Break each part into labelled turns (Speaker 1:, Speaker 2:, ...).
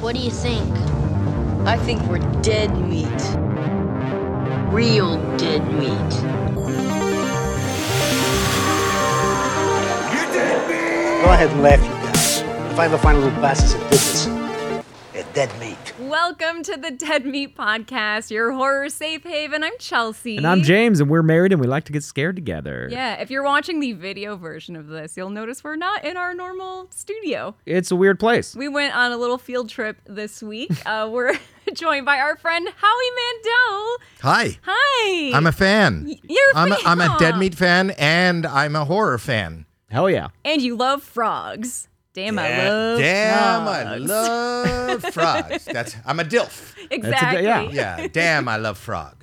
Speaker 1: What do you think?
Speaker 2: I think we're dead meat. Real dead meat.
Speaker 3: Go ahead and laugh, you guys. If I ever find a little bastards that did this, they're dead meat.
Speaker 4: Welcome to the Dead Meat Podcast, your horror safe haven. I'm Chelsea.
Speaker 5: And I'm James, and we're married, and we like to get scared together.
Speaker 4: Yeah, if you're watching the video version of this, you'll notice we're not in our normal studio.
Speaker 5: It's a weird place.
Speaker 4: We went on a little field trip this week. Uh, we're joined by our friend Howie Mandel.
Speaker 6: Hi.
Speaker 4: Hi.
Speaker 6: I'm a fan.
Speaker 4: You're a
Speaker 6: I'm a,
Speaker 4: fan.
Speaker 6: I'm a dead meat fan and I'm a horror fan.
Speaker 5: Hell yeah.
Speaker 4: and you love frogs. Damn, I
Speaker 6: Yeah.
Speaker 4: love
Speaker 6: damn,
Speaker 4: frogs.
Speaker 6: I love frogs. That's I'm a dilf.
Speaker 4: Exactly.
Speaker 5: yeah.
Speaker 6: Yeah, damn, I love frog.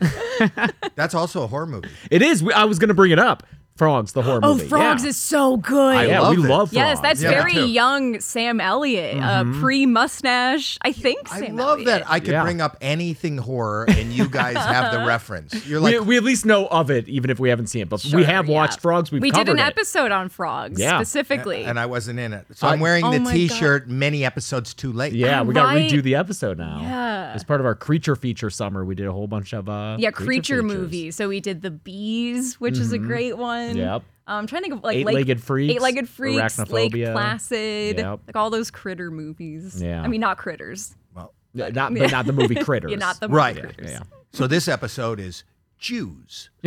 Speaker 6: That's also a horror movie.
Speaker 5: It is. we- I was going to bring it up. Frogs, the horror
Speaker 4: Oh,
Speaker 5: movie.
Speaker 4: frogs
Speaker 5: yeah.
Speaker 4: is so good.
Speaker 5: I yeah,
Speaker 6: love
Speaker 5: we
Speaker 6: it.
Speaker 5: love frogs.
Speaker 4: Yes, that's
Speaker 6: Yeah, me
Speaker 4: very
Speaker 6: too.
Speaker 4: young Sam Elliott,
Speaker 5: Mm-hmm.
Speaker 4: uh, pre mustache. I think
Speaker 6: I
Speaker 4: Sam
Speaker 6: love
Speaker 4: Elliott.
Speaker 6: that I could
Speaker 5: Yeah.
Speaker 6: bring up anything horror and you guys have the reference. You're like,
Speaker 5: we, we at least know of it, even if we haven't seen it. But
Speaker 4: Sure,
Speaker 5: we have
Speaker 4: yeah.
Speaker 5: watched frogs. We've
Speaker 4: we did
Speaker 5: covered
Speaker 4: an
Speaker 5: it.
Speaker 4: episode on frogs
Speaker 5: Yeah.
Speaker 4: specifically.
Speaker 6: and I wasn't in it. So I'm wearing
Speaker 4: oh
Speaker 6: the
Speaker 4: my God.
Speaker 6: T-shirt many episodes too late.
Speaker 5: Yeah, we got to
Speaker 4: Right.
Speaker 5: redo the episode now.
Speaker 4: Yeah.
Speaker 5: As part of our creature feature summer, we did a whole bunch of uh
Speaker 4: yeah, creature,
Speaker 5: features. Mm-hmm.
Speaker 4: movies. So we did the bees, which is a great one.
Speaker 5: Yep.
Speaker 4: Um, I'm trying to think of like
Speaker 5: Eight-legged freaks,
Speaker 4: eight-legged freaks, Lake
Speaker 5: arachnophobia.
Speaker 4: Placid,
Speaker 5: Yep.
Speaker 4: like all those critter movies.
Speaker 5: Yeah.
Speaker 4: I mean not critters,
Speaker 6: Well,
Speaker 5: Yeah, Not but not the movie Critters.
Speaker 4: yeah, not the
Speaker 6: Right.
Speaker 4: critters.
Speaker 5: Yeah.
Speaker 6: so this episode is Jews.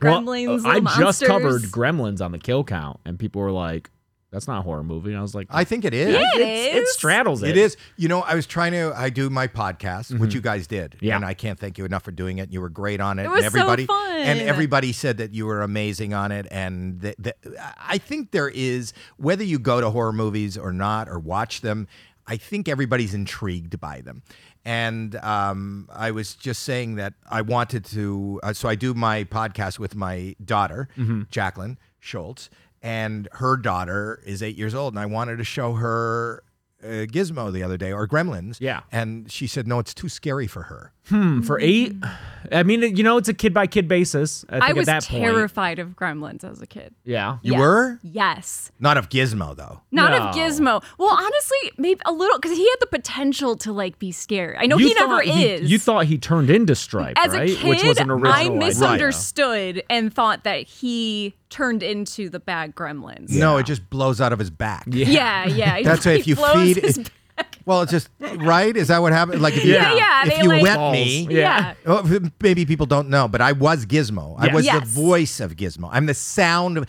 Speaker 5: Well,
Speaker 4: Gremlins,
Speaker 5: I
Speaker 4: Little
Speaker 5: just
Speaker 4: Monsters.
Speaker 5: covered Gremlins on the kill count, and people were like, "That's not a horror movie," and I was like,
Speaker 6: I think it is.
Speaker 4: Yeah, it
Speaker 5: it's- It
Speaker 4: is.
Speaker 5: straddles it.
Speaker 6: It is. You know, I was trying to. I do my podcast, which you guys did,
Speaker 5: Yeah.
Speaker 6: and I can't thank you enough for doing it. You were great on it.
Speaker 4: It was
Speaker 6: and
Speaker 4: so
Speaker 6: everybody,
Speaker 4: fun.
Speaker 6: And everybody said that you were amazing on it. And th- th- I think there is whether you go to horror movies or not or watch them. I think everybody's intrigued by them. And um, I was just saying that I wanted to. Uh, so I do my podcast with my daughter, Jacqueline Schultz, and her daughter is eight years old. And I wanted to show her uh, Gizmo the other day or Gremlins.
Speaker 5: Yeah.
Speaker 6: And she said, no, it's too scary for her.
Speaker 5: "Hmm, for eight, I mean, you know, it's a kid by kid basis. I, think
Speaker 4: I was
Speaker 5: at that point,
Speaker 4: terrified of gremlins as a kid.
Speaker 5: yeah,
Speaker 6: You
Speaker 4: Yes.
Speaker 6: were?
Speaker 4: Yes.
Speaker 6: Not of Gizmo, though.
Speaker 4: Not of
Speaker 5: No.
Speaker 4: Gizmo. Well, honestly, maybe a little because he had the potential to like be scared. I know he never
Speaker 5: thought he-
Speaker 4: is.
Speaker 5: you thought he turned into Stripe,
Speaker 4: as
Speaker 5: right?
Speaker 4: a kid,
Speaker 5: Which was an original.
Speaker 4: I
Speaker 5: idea.
Speaker 4: misunderstood and thought that he turned into the bad gremlins.
Speaker 6: No, it just blows out of his back. Yeah.
Speaker 4: Yeah, yeah.
Speaker 6: That's why
Speaker 4: He
Speaker 6: if you
Speaker 4: blows
Speaker 6: feed
Speaker 4: his-
Speaker 6: it. Well, it's just right. Is that what happened? Like if you,
Speaker 5: Yeah,
Speaker 4: yeah,
Speaker 6: if
Speaker 4: they
Speaker 6: you
Speaker 4: like-
Speaker 6: wet
Speaker 5: Balls.
Speaker 6: me,
Speaker 5: Yeah.
Speaker 4: yeah.
Speaker 6: Oh, f- maybe people don't know, but I was Gizmo. I
Speaker 5: Yes.
Speaker 6: was
Speaker 4: Yes.
Speaker 6: the voice of Gizmo. I'm the sound of.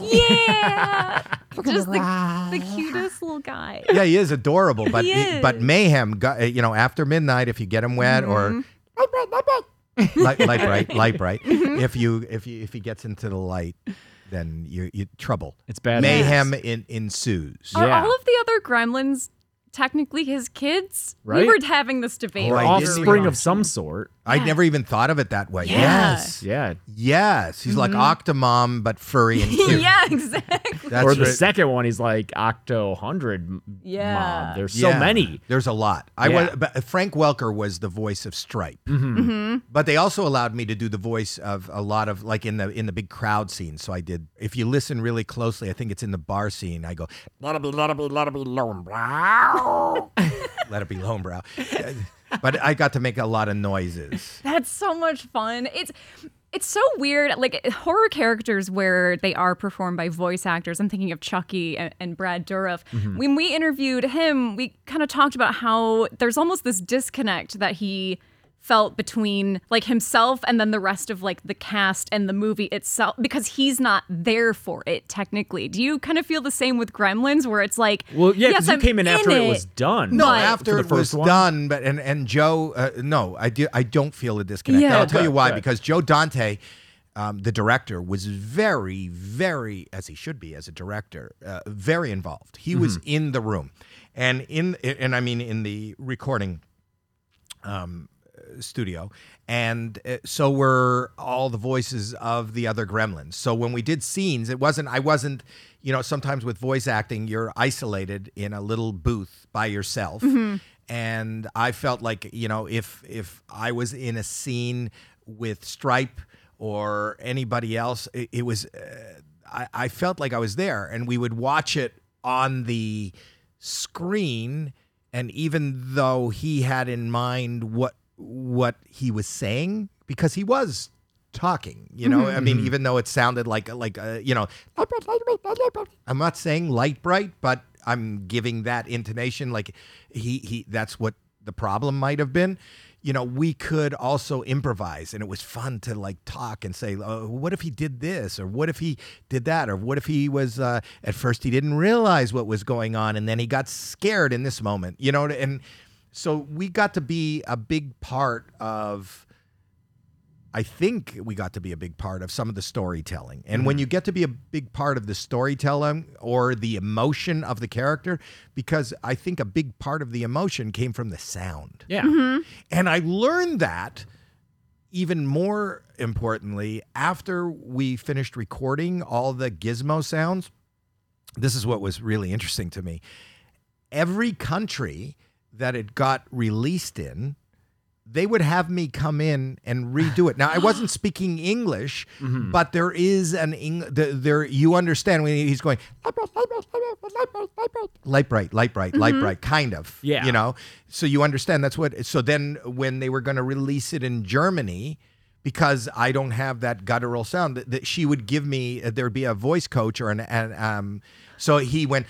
Speaker 4: Yeah. just the, the cutest little guy.
Speaker 6: Yeah, he is adorable, but
Speaker 4: He
Speaker 6: he- but
Speaker 4: is. Mm-hmm.
Speaker 6: mayhem. Got, uh, you know, after midnight, if you get him wet or light, light bright, light bright.
Speaker 4: Mm-hmm.
Speaker 6: If you if you if he gets into the light, then you you trouble.
Speaker 5: It's bad
Speaker 6: Mayhem in, ensues.
Speaker 4: Are
Speaker 5: Yeah.
Speaker 4: all of the other gremlins technically his kids?
Speaker 5: Right?
Speaker 4: We were having this debate.
Speaker 6: Right.
Speaker 4: earlier.
Speaker 5: offspring of some sort.
Speaker 6: I never even thought of it that way.
Speaker 4: Yeah.
Speaker 6: Yes,
Speaker 5: Yeah,
Speaker 6: yes. He's like Octomom, but furry and cute.
Speaker 4: yeah, exactly.
Speaker 6: That's
Speaker 5: or the
Speaker 6: right.
Speaker 5: second one, he's like Octo Hundred.
Speaker 4: Yeah.
Speaker 5: mom. there's so
Speaker 6: Yeah.
Speaker 5: many.
Speaker 6: There's a lot. I
Speaker 5: Yeah. Mm-hmm.
Speaker 6: was but Frank Welker was the voice of Stripe, but they also allowed me to do the voice of a lot of like in the in the big crowd scene. So I did. If you listen really closely, I think it's in the bar scene. I go,
Speaker 7: Let it be, let it be, let it be lone brow.
Speaker 6: let it be lone brow. but I got to make a lot of noises.
Speaker 4: That's so much fun. It's it's so weird. Like horror characters where they are performed by voice actors. I'm thinking of Chucky and, and Brad Dourif.
Speaker 5: Mm-hmm.
Speaker 4: When we interviewed him, we kind of talked about how there's almost this disconnect that he felt between like himself and then the rest of like the cast and the movie itself because he's not there for it technically. Do you kind of feel the same with Gremlins where it's like
Speaker 5: Well, yeah,
Speaker 4: yes,
Speaker 5: because
Speaker 4: I'm
Speaker 5: you came in after it.
Speaker 4: it
Speaker 5: was done.
Speaker 6: No,
Speaker 5: right?
Speaker 6: after
Speaker 5: For the
Speaker 6: it was
Speaker 5: first one?
Speaker 6: done, but and and Joe, uh, no, I do, I don't feel a disconnect.
Speaker 4: Yeah.
Speaker 6: I'll tell you why
Speaker 5: Good.
Speaker 6: because Joe Dante, um, the director, was very, very as he should be as a director, uh, very involved. He was
Speaker 5: Mm-hmm.
Speaker 6: in the room, and in and I mean in the recording studio and uh, so were all the voices of the other gremlins so when we did scenes it wasn't i wasn't you know sometimes with voice acting you're isolated in a little booth by yourself and i felt like you know if if i was in a scene with stripe or anybody else it, it was uh, I, I felt like I was there, and we would watch it on the screen. And even though he had in mind what what he was saying, because he was talking, you know, I mean, even though it sounded like like uh, you know, "Light bright, light bright, light bright." I'm not saying light bright, but I'm giving that intonation. Like he he, that's what the problem might have been you know we could also improvise and it was fun to like talk and say oh, what if he did this or what if he did that or what if he was uh, at first he didn't realize what was going on and then he got scared in this moment you know and so we got to be a big part of I think we got to be a big part of some of the storytelling. And when you get to be a big part of the storytelling or the emotion of the character, because I think a big part of the emotion came from the sound.
Speaker 5: Yeah.
Speaker 6: And I learned that even more importantly after we finished recording all the gizmo sounds. This is what was really interesting to me. Every country that it got released in, they would have me come in and redo it. Now I wasn't speaking English, but there is an Eng- the, there you understand when he's going light bright, light bright, light bright, light bright, light bright, light bright, light bright, kind of.
Speaker 5: Yeah.
Speaker 6: you know know? So you understand that's what. So then when they were going to release it in Germany, because I don't have that guttural sound, that, that she would give me, uh, there'd be a voice coach or an, an um, so he went,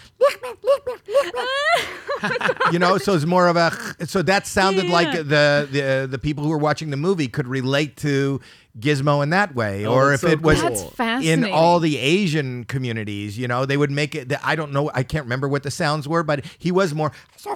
Speaker 6: you know, so it's more of a, so that sounded like the, the, the people who were watching the movie could relate to Gizmo in that way.
Speaker 5: Oh,
Speaker 6: or if
Speaker 5: that's so
Speaker 6: it was
Speaker 5: cool.
Speaker 8: That's
Speaker 6: in
Speaker 8: fascinating.
Speaker 6: all the Asian communities, you know, they would make it, I don't know, I can't remember what the sounds were, but he was more,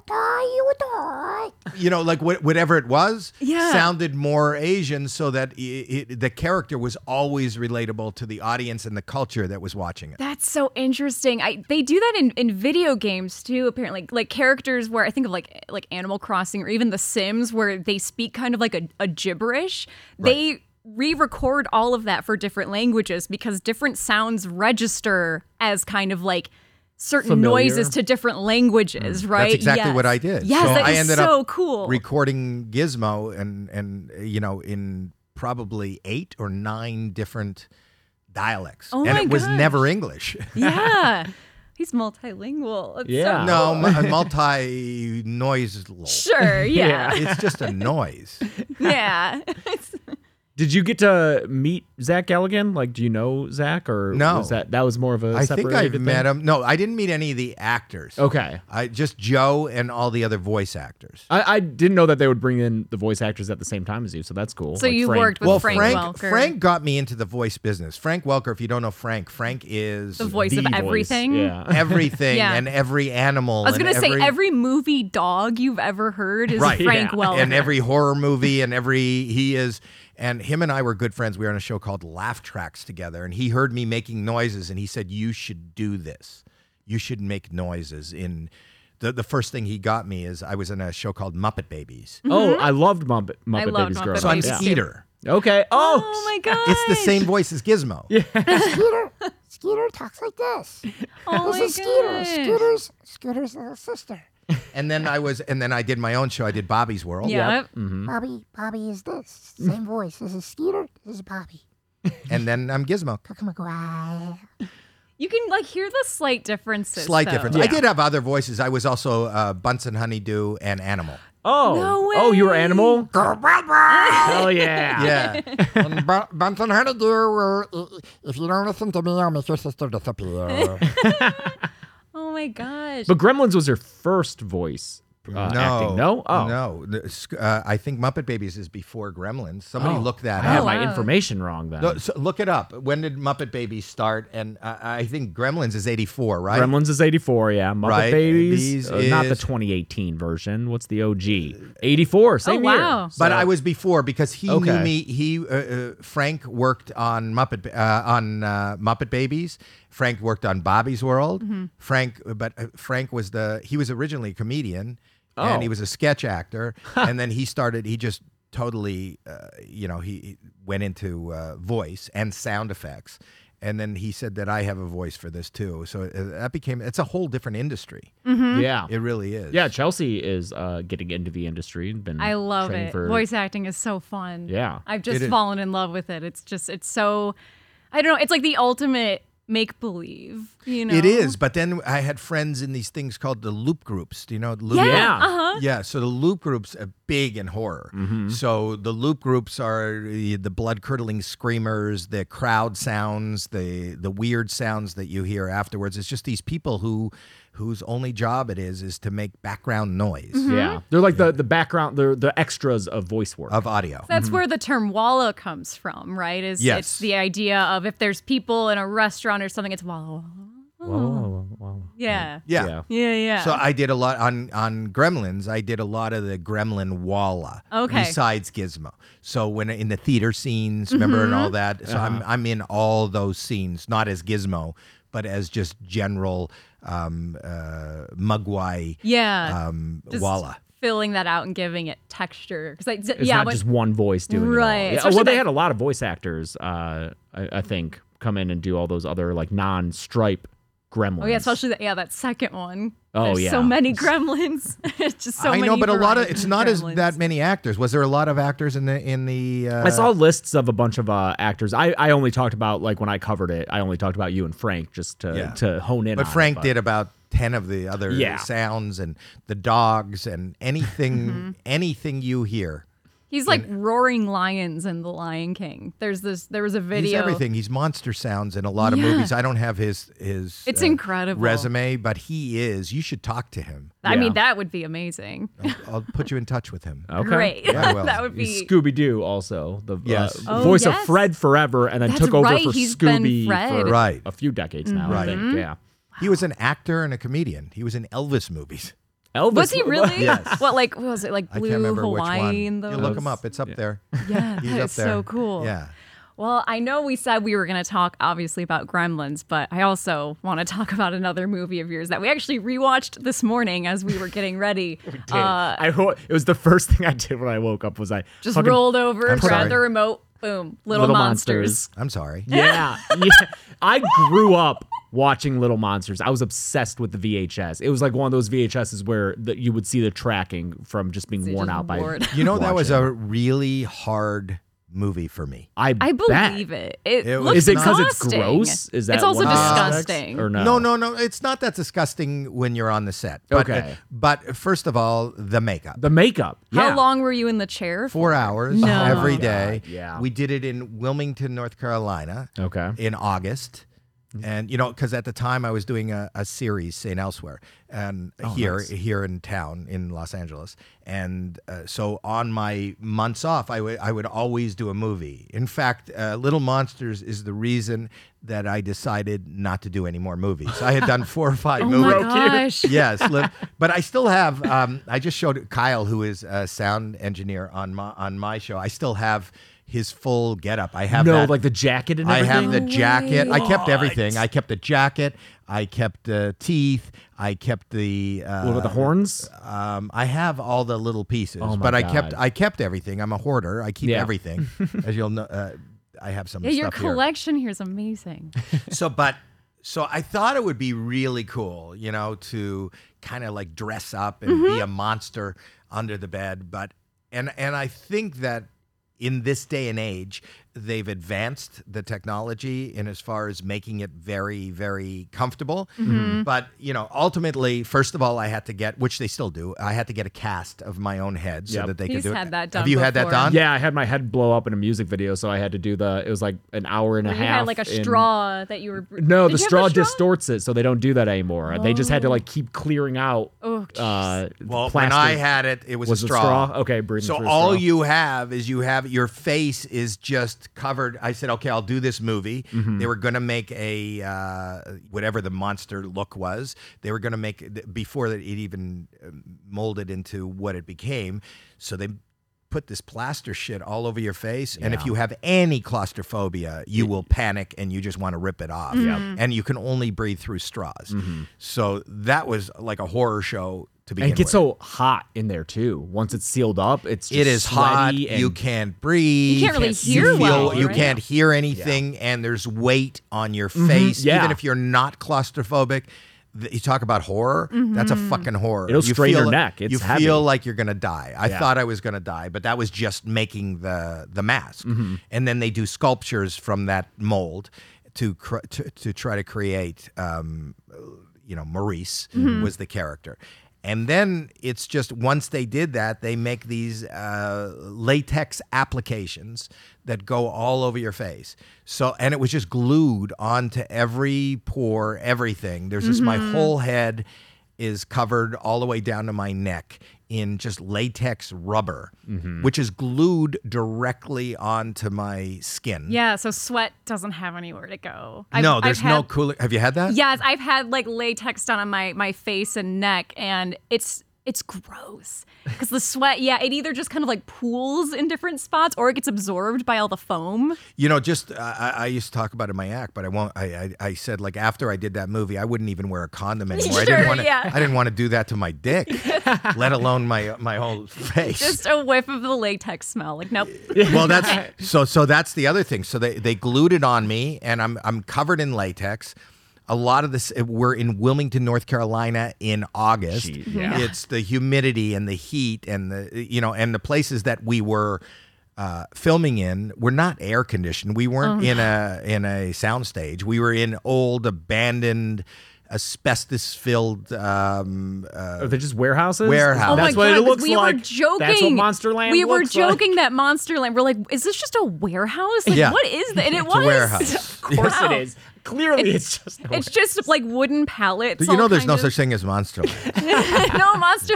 Speaker 6: you know, like what, whatever it was,
Speaker 8: Yeah.
Speaker 6: sounded more Asian, so that i it, the character was always relatable to the audience and the culture that was watching it.
Speaker 8: That's so interesting. I they do that in, in video games too. Apparently, like characters where I think of like like Animal Crossing or even The Sims, where they speak kind of like a, a gibberish. They re-record all of that for different languages because different sounds register as kind of like certain
Speaker 5: Familiar.
Speaker 8: noises to different languages, right?
Speaker 6: Mm. That's exactly
Speaker 8: Yes.
Speaker 6: what I did.
Speaker 8: Yes,
Speaker 6: so
Speaker 8: that
Speaker 6: I
Speaker 8: is
Speaker 6: ended
Speaker 8: so
Speaker 6: up
Speaker 8: cool.
Speaker 6: recording Gizmo and and uh, you know in probably eight or nine different dialects,
Speaker 8: Oh
Speaker 6: and
Speaker 8: my
Speaker 6: it was
Speaker 8: gosh.
Speaker 6: never English.
Speaker 8: yeah, he's multilingual. It's so
Speaker 5: Yeah.
Speaker 6: no, multi noise.
Speaker 8: Sure. Yeah.
Speaker 6: It's just a noise.
Speaker 8: Yeah.
Speaker 5: Did you get to meet Zach Galligan? Like, do you know Zach or
Speaker 6: No.
Speaker 5: Was that that was more of a
Speaker 6: I think I've
Speaker 5: separated thing?
Speaker 6: met him. No, I didn't meet any of the actors.
Speaker 5: Okay.
Speaker 6: I just Joe and all the other voice actors.
Speaker 8: Oh,
Speaker 5: I, I didn't know that they would bring in the voice actors at the same time as you, so that's cool.
Speaker 8: So you
Speaker 5: Frank.
Speaker 8: worked with
Speaker 6: well,
Speaker 8: Frank,
Speaker 6: Frank
Speaker 8: Welker.
Speaker 6: Frank got me into the voice business. Frank Welker, if you don't know Frank, Frank is
Speaker 8: the voice of
Speaker 5: The
Speaker 8: everything. Mm-hmm.
Speaker 5: Yeah.
Speaker 6: everything
Speaker 8: Yeah.
Speaker 6: and every animal.
Speaker 8: I was
Speaker 6: and
Speaker 8: gonna say every movie dog you've ever heard is
Speaker 6: Right.
Speaker 8: Frank
Speaker 5: Yeah.
Speaker 8: Welker.
Speaker 6: and every horror movie and every he is and him and I were good friends. We were on a show called Laugh Tracks together, and he heard me making noises, and he said, "You should do this. You should make noises." In the the first thing he got me is I was in a show called Muppet Babies,
Speaker 5: Oh, I loved Muppet, Muppet
Speaker 8: I loved
Speaker 5: Babies
Speaker 8: Mm. Muppet
Speaker 5: growing up.
Speaker 6: so I'm
Speaker 8: Babies too.
Speaker 6: Skeeter.
Speaker 5: Yeah. Okay. Oh,
Speaker 8: oh my god!
Speaker 6: It's the same voice as Gizmo.
Speaker 9: Skeeter, Skeeter talks like this.
Speaker 8: Oh
Speaker 9: This is
Speaker 8: my
Speaker 9: Skeeter.
Speaker 8: god!
Speaker 9: Scooter's Scooter's little sister.
Speaker 6: And then I was, and then I did my own show. I did Bobby's World.
Speaker 8: Yeah.
Speaker 9: Bobby, Bobby is this. Same voice. This is Skeeter. This is Bobby.
Speaker 6: And then I'm Gizmo.
Speaker 9: Come on, McGuire.
Speaker 8: you can like hear the slight differences.
Speaker 6: Slight
Speaker 8: though.
Speaker 6: difference. I did have other voices. I was also uh, Bunsen Honeydew and Animal.
Speaker 5: oh,
Speaker 8: No
Speaker 5: oh, you were
Speaker 8: way.
Speaker 5: animal.
Speaker 9: Go bye bye.
Speaker 5: Hell yeah.
Speaker 6: Yeah.
Speaker 9: and bu- Bunsen Honeydew, will- i- i- uh, if you don't listen to me, I'll make your sister
Speaker 5: Uh,
Speaker 9: disappear.
Speaker 8: Oh my gosh!
Speaker 5: But Gremlins was your first voice uh, acting. No. Oh.
Speaker 6: no. The sc- Uh, I think Muppet Babies is before Gremlins. Somebody
Speaker 5: Oh.
Speaker 6: look that
Speaker 5: I had
Speaker 6: up.
Speaker 5: my
Speaker 8: wow.
Speaker 5: information wrong then.
Speaker 6: No, so look it up. When did Muppet Babies start? And uh, I think Gremlins is '84, right?
Speaker 5: Gremlins is 84, yeah. Muppet
Speaker 6: Right,
Speaker 5: Babies,
Speaker 6: Babies
Speaker 5: uh, not the
Speaker 6: is-
Speaker 5: 2018 version. What's the OG? 84, same
Speaker 4: Oh,
Speaker 5: year.
Speaker 8: wow.
Speaker 5: So-
Speaker 6: But I was before because he knew
Speaker 5: Okay.
Speaker 6: me. He uh, uh, Frank worked on Muppet Ba- uh, on uh, Muppet Babies. Frank worked on Bobby's World.
Speaker 5: Mm-hmm.
Speaker 6: Frank, but uh, Frank was the he was originally a comedian and
Speaker 5: Oh.
Speaker 6: he was a sketch actor, and then he started. He just totally, uh, you know, he he went into uh, voice and sound effects. And then he said that I have a voice for this too. So uh, that became, it's a whole different industry.
Speaker 4: Mm-hmm.
Speaker 5: yeah.
Speaker 6: It really is.
Speaker 5: Mm. Yeah, Chelsea is uh, getting into the industry and been
Speaker 8: I love
Speaker 5: training
Speaker 8: it.
Speaker 5: for-
Speaker 8: Voice acting is so fun.
Speaker 5: Yeah.
Speaker 8: I've
Speaker 6: It
Speaker 8: just
Speaker 6: is.
Speaker 8: fallen in love with it. It's just it's so I don't know. It's like the ultimate
Speaker 4: make believe. You know,
Speaker 6: It is, but then I had friends in these things called the loop groups. Do you know loop?
Speaker 4: Yeah.
Speaker 5: Yeah.
Speaker 4: Uh huh.
Speaker 8: uh-huh.
Speaker 6: Yeah, so the loop groups are big in horror. So the loop groups are the the blood curdling screamers, the crowd sounds, the the weird sounds that you hear afterwards. It's just these people who whose only job it is is to make background noise
Speaker 4: Mm-hmm.
Speaker 5: Yeah. They're like the, the background, they're the extras of voice work.
Speaker 6: of audio.
Speaker 4: That's where the term walla comes from, right? Is
Speaker 6: Mm-hmm. Yes.
Speaker 4: it's the idea of if there's people in a restaurant or something, it's walla walla.
Speaker 5: Whoa, whoa, whoa, whoa.
Speaker 4: Yeah.
Speaker 6: Yeah.
Speaker 5: Yeah.
Speaker 4: Yeah. Yeah.
Speaker 6: So I did a lot on on Gremlins. I did a lot of the Gremlin Walla.
Speaker 4: Okay.
Speaker 6: Besides Gizmo, so when in the theater scenes, remember and
Speaker 4: Mm-hmm.
Speaker 6: all that. So
Speaker 5: Uh-huh.
Speaker 6: I'm I'm in all those scenes, not as Gizmo, but as just general um, uh, Mugwai
Speaker 4: yeah.
Speaker 6: um,
Speaker 4: Just
Speaker 6: Walla.
Speaker 4: Filling that out and giving it texture. Because I, d-
Speaker 5: It's
Speaker 4: yeah,
Speaker 5: not
Speaker 4: when-
Speaker 5: just one voice doing it. all.
Speaker 4: Right,
Speaker 5: Yeah,
Speaker 4: especially
Speaker 5: well, they
Speaker 4: that-
Speaker 5: had a lot of voice actors, uh, I, I think, come in and do all those other like non-stripe gremlins.
Speaker 4: Oh yeah, especially that. Yeah, that second one.
Speaker 5: Oh,
Speaker 4: There's
Speaker 5: yeah.
Speaker 4: So many gremlins. it's just so
Speaker 6: I
Speaker 4: many.
Speaker 6: know, but a lot of
Speaker 4: varieties
Speaker 6: it's not as
Speaker 4: gremlins.
Speaker 6: that many actors. Was there a lot of actors in the in the? Uh,
Speaker 5: I saw lists of a bunch of uh, actors. I, I only talked about like when I covered it. I only talked about you and Frank just to
Speaker 6: Yeah.
Speaker 5: to hone in.
Speaker 6: But
Speaker 5: on it,
Speaker 6: Frank did about ten of the other
Speaker 5: Yeah.
Speaker 6: sounds and the dogs and
Speaker 4: Mm-hmm.
Speaker 6: anything anything you hear.
Speaker 4: He's like roaring lions in The Lion King. There's this. There was a video.
Speaker 6: He's everything. He's monster sounds in a lot of
Speaker 4: Yeah.
Speaker 6: movies. I don't have his his. uh,
Speaker 4: It's incredible.
Speaker 6: resume, but he is. You should talk to him.
Speaker 4: I
Speaker 5: Yeah.
Speaker 4: mean, that would be amazing.
Speaker 6: I'll, I'll put you in touch with him.
Speaker 5: Okay.
Speaker 4: Great.
Speaker 6: Yeah, well,
Speaker 4: that would be.
Speaker 5: Scooby Doo also the
Speaker 6: Yes.
Speaker 5: uh,
Speaker 4: Oh,
Speaker 5: voice of
Speaker 4: yes.
Speaker 5: Fred forever, and then
Speaker 4: That's
Speaker 5: took over
Speaker 4: right,
Speaker 5: for
Speaker 4: he's been
Speaker 5: Scooby
Speaker 4: Fred.
Speaker 5: for
Speaker 6: Right. Mm-hmm.
Speaker 5: a few decades now. I
Speaker 6: Right.
Speaker 5: think. Yeah.
Speaker 6: He was an actor and a comedian. He was in Elvis movies.
Speaker 5: Elvis
Speaker 4: was he really?
Speaker 6: Yes.
Speaker 4: What like what was it like
Speaker 6: I
Speaker 4: blue
Speaker 6: can't remember
Speaker 4: Hawaii
Speaker 6: which
Speaker 4: and
Speaker 6: one.
Speaker 4: those?
Speaker 6: You look him up. It's up there.
Speaker 4: Yeah,
Speaker 6: He's
Speaker 4: that
Speaker 6: up
Speaker 4: is
Speaker 6: there.
Speaker 4: so cool.
Speaker 6: Yeah.
Speaker 4: Well, I know we said we were going to talk obviously about Gremlins, but I also want to talk about another movie of yours that we actually rewatched this morning as we were getting ready. uh,
Speaker 5: I ho- it was the first thing I did when I woke up was I
Speaker 4: just
Speaker 5: fucking-
Speaker 4: rolled over,
Speaker 6: I'm
Speaker 4: grabbed
Speaker 6: sorry.
Speaker 4: the remote, boom, little,
Speaker 5: Little
Speaker 4: monsters.
Speaker 5: Monsters.
Speaker 6: I'm sorry.
Speaker 5: Yeah, yeah. I grew up watching Little Monsters. I was obsessed with the VHS. It was like one of those VHSs where the, you would see the tracking from just being
Speaker 4: So you're
Speaker 5: worn
Speaker 4: just
Speaker 5: out
Speaker 4: bored.
Speaker 5: by.
Speaker 6: You know that was
Speaker 5: watching.
Speaker 6: a really hard movie for me.
Speaker 5: I
Speaker 4: I
Speaker 5: bet.
Speaker 4: believe it. It,
Speaker 6: It
Speaker 4: looks
Speaker 6: was-
Speaker 5: Is it because it's
Speaker 4: exhausting.
Speaker 5: gross? Is that
Speaker 4: it's also
Speaker 5: one of the aspects?
Speaker 4: disgusting?
Speaker 5: Or no?
Speaker 6: No, no, no. It's not that disgusting when you're on the set. But,
Speaker 5: Okay.
Speaker 6: But first of all, the makeup.
Speaker 5: The makeup.
Speaker 4: How
Speaker 5: yeah.
Speaker 4: long were you in the chair? for?
Speaker 6: four hours
Speaker 4: No.
Speaker 6: every
Speaker 5: Oh my
Speaker 6: day.
Speaker 5: God, yeah. Uh-huh.
Speaker 6: We did it in Wilmington, North Carolina
Speaker 5: Okay.
Speaker 6: in August.
Speaker 5: Mm-hmm.
Speaker 6: And you know, because at the time I was doing a, a series in elsewhere and
Speaker 5: Oh,
Speaker 6: here here in town in Los Angeles, and uh, so on my months off, I would I would always do a movie. In fact, uh, Little Monsters is the reason that I decided not to do any more movies. I had done four or five
Speaker 4: Oh
Speaker 6: movies.
Speaker 4: my gosh!
Speaker 6: yes, li- but I still have. Um, I just showed Kyle, who is a sound engineer on my on my show. I still have his full getup. I have
Speaker 5: No,
Speaker 6: that-
Speaker 5: like the jacket and
Speaker 6: I
Speaker 5: everything.
Speaker 6: have the
Speaker 4: No
Speaker 6: jacket. I kept
Speaker 5: way.
Speaker 6: everything. I kept the jacket. I kept the teeth. I kept the. Uh,
Speaker 5: What about the horns?
Speaker 6: Um, I have all the little pieces,
Speaker 5: Oh my
Speaker 6: but I kept
Speaker 5: God.
Speaker 6: I kept everything. I'm a hoarder. I keep
Speaker 5: Yeah.
Speaker 6: everything, as you'll know. Uh, I have some.
Speaker 4: Yeah, your
Speaker 6: stuff here
Speaker 4: collection here is amazing.
Speaker 6: so but so I thought it would be really cool, you know, to kind of like dress up and
Speaker 4: Mm-hmm.
Speaker 6: be a monster under the bed, but and and I think that in this day and age, they've advanced the technology in as far as making it very, very comfortable.
Speaker 4: Mm-hmm.
Speaker 6: But you know, ultimately, first of all, I had to get, which they still do, I had to get a cast of my own head so
Speaker 5: Yep.
Speaker 6: that they
Speaker 4: He's
Speaker 6: could do it.
Speaker 4: had that done
Speaker 6: Have you had that
Speaker 4: before.
Speaker 6: done?
Speaker 5: Yeah, I had my head blow up in a music video, so I had to do the. It was like an hour and a
Speaker 4: You
Speaker 5: half.
Speaker 4: had like a
Speaker 5: in-
Speaker 4: straw that you were.
Speaker 5: No,
Speaker 4: Did
Speaker 5: the
Speaker 4: you have a
Speaker 5: straw, distorts it, so they don't do that anymore. They just had to like keep clearing out.
Speaker 4: Oh,
Speaker 5: uh,
Speaker 6: Well, when
Speaker 5: plastic.
Speaker 6: I had it, it was,
Speaker 5: Was
Speaker 6: a
Speaker 5: it
Speaker 6: straw.
Speaker 5: straw? Oh, Okay, breathing
Speaker 6: So
Speaker 5: through a
Speaker 6: all
Speaker 5: straw.
Speaker 6: you have is you have your face is just covered. I said, okay, I'll do this movie.
Speaker 5: Mm-hmm.
Speaker 6: They were going to make a uh, whatever the monster look was. They were going to make before that it even uh, molded into what it became. So they put this plaster shit all over your face and if you have any claustrophobia you will panic and you just want to rip it off and you can only breathe through straws so that was like a horror show to begin
Speaker 5: Mm-hmm. and it gets
Speaker 6: with
Speaker 5: so hot in there too. Once it's sealed up, it's just
Speaker 6: it is hot.
Speaker 5: sweaty And
Speaker 6: you can't
Speaker 4: You
Speaker 6: breathe.
Speaker 4: can't really
Speaker 5: hear
Speaker 6: you
Speaker 5: well,
Speaker 6: You
Speaker 4: right?
Speaker 6: can't hear anything, and there's weight on your face.
Speaker 5: Mm-hmm. yeah.
Speaker 6: Even if you're not claustrophobic, Th- you talk about horror. That's a
Speaker 4: Mm-hmm.
Speaker 6: fucking horror.
Speaker 5: It'll
Speaker 6: you
Speaker 5: strain
Speaker 6: feel
Speaker 5: your
Speaker 6: like-
Speaker 5: neck. It's
Speaker 6: you
Speaker 5: heavy.
Speaker 6: feel like you're gonna die. I thought I was gonna die, but that was
Speaker 5: Mm-hmm.
Speaker 6: just making the the mask. And then they do sculptures from that mold. to cr- to, to try to create. Um, you know, Maurice
Speaker 4: Mm-hmm.
Speaker 6: was the character. And then it's just once they did that, they make these uh, latex applications that go all over your face. So, and it was just glued onto every pore, everything. There's just my
Speaker 4: Mm-hmm.
Speaker 6: whole head is covered all the way down to my neck in just latex rubber,
Speaker 4: Mm-hmm.
Speaker 6: which is glued directly onto my skin.
Speaker 4: Yeah, so sweat doesn't have anywhere to go.
Speaker 6: no, there's no
Speaker 4: had-
Speaker 6: cooling. Have you had that?
Speaker 4: Yes, I've had like latex done on my my face and neck, and it's it's gross because the sweat. Yeah, it either just kind of like pools in different spots, or it gets absorbed by all the foam.
Speaker 6: You know, just I, I I used to talk about it in my act, but I won't. I, I I said like after I did that movie, I wouldn't even wear a condom anymore. I didn't
Speaker 4: Sure,
Speaker 6: want to.
Speaker 4: yeah.
Speaker 6: I didn't want to do that to my dick, let alone my my whole face.
Speaker 4: Just a whiff of the latex smell. Like nope.
Speaker 6: well, that's so. So that's the other thing. So they they glued it on me, and I'm I'm covered in latex. A lot of this, we're in Wilmington, North Carolina, in August.
Speaker 5: Gee, yeah.
Speaker 6: It's the humidity and the heat and the you know and the places that we were uh, filming in were not air conditioned. We
Speaker 4: Oh,
Speaker 6: weren't in a in a soundstage. We were in old abandoned asbestos filled. Um, uh,
Speaker 5: Are they just warehouses?
Speaker 6: Warehouse. Oh my
Speaker 5: That's what it looks
Speaker 4: we
Speaker 5: like.
Speaker 4: were joking.
Speaker 5: That's what Monsterland
Speaker 4: We were
Speaker 5: looks like.
Speaker 4: joking that Monsterland. We're like, is this just a warehouse? Like,
Speaker 6: Yeah.
Speaker 4: what is that? And it
Speaker 6: a
Speaker 4: was.
Speaker 6: warehouse.
Speaker 4: of
Speaker 5: Of course it is. Clearly, it's, just.
Speaker 4: It's just like wooden pallets.
Speaker 6: you
Speaker 4: all
Speaker 6: know, there's
Speaker 4: kind
Speaker 6: no
Speaker 4: of-
Speaker 6: such thing as monster. Land.
Speaker 4: no monster.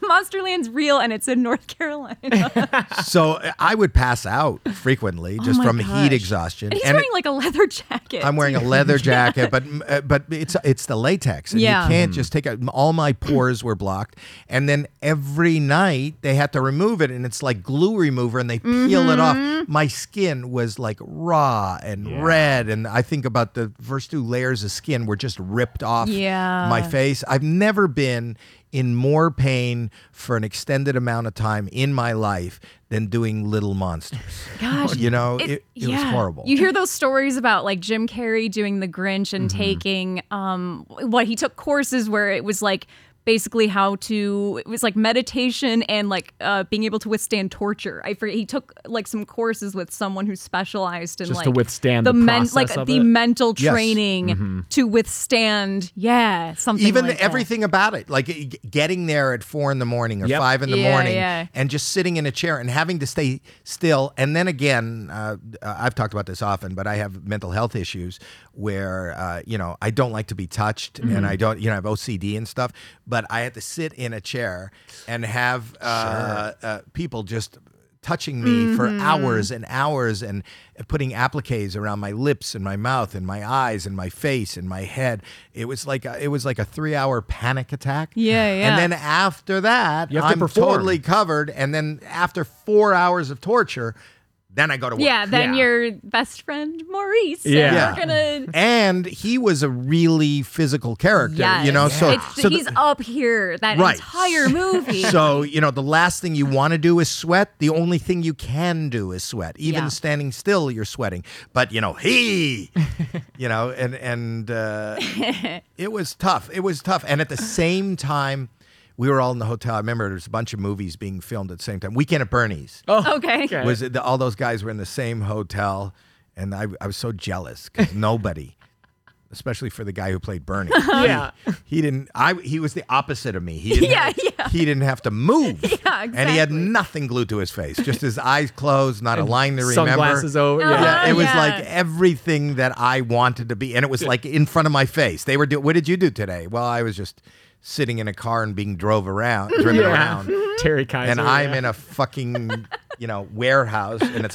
Speaker 4: Monsterland's real, and it's in North Carolina. and
Speaker 6: so I would pass out frequently just
Speaker 4: Oh my
Speaker 6: from
Speaker 4: gosh.
Speaker 6: heat exhaustion.
Speaker 4: he's
Speaker 6: And it-
Speaker 4: wearing like a leather jacket.
Speaker 6: I'm wearing a leather jacket, but uh, but it's it's the latex. And
Speaker 4: Yeah.
Speaker 6: You can't just take out all my pores were blocked, and then every night they had to remove it, and it's like glue remover, and they peel it off.
Speaker 4: Mm-hmm.
Speaker 6: My skin was like raw and red, and I think about the first two layers of skin were just ripped off.
Speaker 4: Yeah.
Speaker 6: my face. I've never been in more pain for an extended amount of time in my life than doing Little Monsters.
Speaker 4: Gosh,
Speaker 6: You know, it, it, was
Speaker 4: yeah.
Speaker 6: horrible.
Speaker 4: You hear those stories about like Jim Carrey doing the Grinch
Speaker 6: Mm-hmm.
Speaker 4: and taking um what he took courses where it was like basically how to it was like meditation and like uh being able to withstand torture. I forget he took like some courses with someone who specialized in
Speaker 5: Just
Speaker 4: like
Speaker 5: to withstand the process
Speaker 4: like
Speaker 5: of
Speaker 4: the
Speaker 5: it. Mm-hmm.
Speaker 4: mental
Speaker 6: Yes.
Speaker 4: training to withstand yeah something
Speaker 6: even
Speaker 4: like that.
Speaker 6: everything about it like e, g- getting there at four in the morning or
Speaker 5: Yep.
Speaker 6: five in the
Speaker 4: Yeah,
Speaker 6: morning
Speaker 4: yeah.
Speaker 6: and just sitting in a chair and having to stay still and then again uh, uh, i've talked about this often but i have mental health issues where uh, you know i don't like to be touched
Speaker 4: Mm-hmm.
Speaker 6: and i don't you know i have ocd and stuff but i had to sit in a chair and have uh, uh, people just touching me for
Speaker 4: Mm-hmm.
Speaker 6: hours and hours and putting appliques around my lips and my mouth and my eyes and my face and my head. It was like a, it was like a three hour panic attack.
Speaker 4: Yeah, yeah.
Speaker 6: And then after that,
Speaker 5: You have to
Speaker 6: I'm
Speaker 5: perform.
Speaker 6: totally covered. And then after four hours of torture, then I go to work.
Speaker 4: yeah then
Speaker 5: Yeah.
Speaker 4: your best friend Maurice and
Speaker 5: Yeah.
Speaker 4: we're gonna
Speaker 6: And he was a really physical character,
Speaker 4: Yes.
Speaker 6: you know. So,
Speaker 4: It's-
Speaker 6: so the-
Speaker 4: he's up here that
Speaker 6: Right.
Speaker 4: entire movie.
Speaker 6: So, you know, the last thing you want to do is sweat. The only thing you can do is sweat. Even
Speaker 4: Yeah.
Speaker 6: standing still, you're sweating. But, you know, he, you know, and, and uh, it was tough. It was tough. And at the same time, we were all in the hotel. I remember there was a bunch of movies being filmed at the same time. Weekend at Bernie's
Speaker 5: Oh.
Speaker 4: okay.
Speaker 5: okay.
Speaker 6: was it, all those guys were in the same hotel. And I, I was so jealous because nobody, especially for the guy who played Bernie,
Speaker 5: Yeah.
Speaker 6: he didn't I he was the opposite of me. He didn't
Speaker 4: Yeah,
Speaker 6: have,
Speaker 4: yeah.
Speaker 6: He didn't have to move. Yeah, And he had
Speaker 4: exactly.
Speaker 6: nothing glued to his face. Just his eyes closed, not a line to remember.
Speaker 5: Sunglasses over.
Speaker 4: Uh-huh.
Speaker 5: Yeah.
Speaker 6: Yeah, it was
Speaker 4: Yeah.
Speaker 6: like everything that I wanted to be and it was like in front of my face. They were do what did you do today? Well, I was just sitting in a car and being drove around, driven around.
Speaker 5: Terry Kaiser.
Speaker 6: And I'm
Speaker 5: yeah.
Speaker 6: in a fucking, you know, warehouse and it's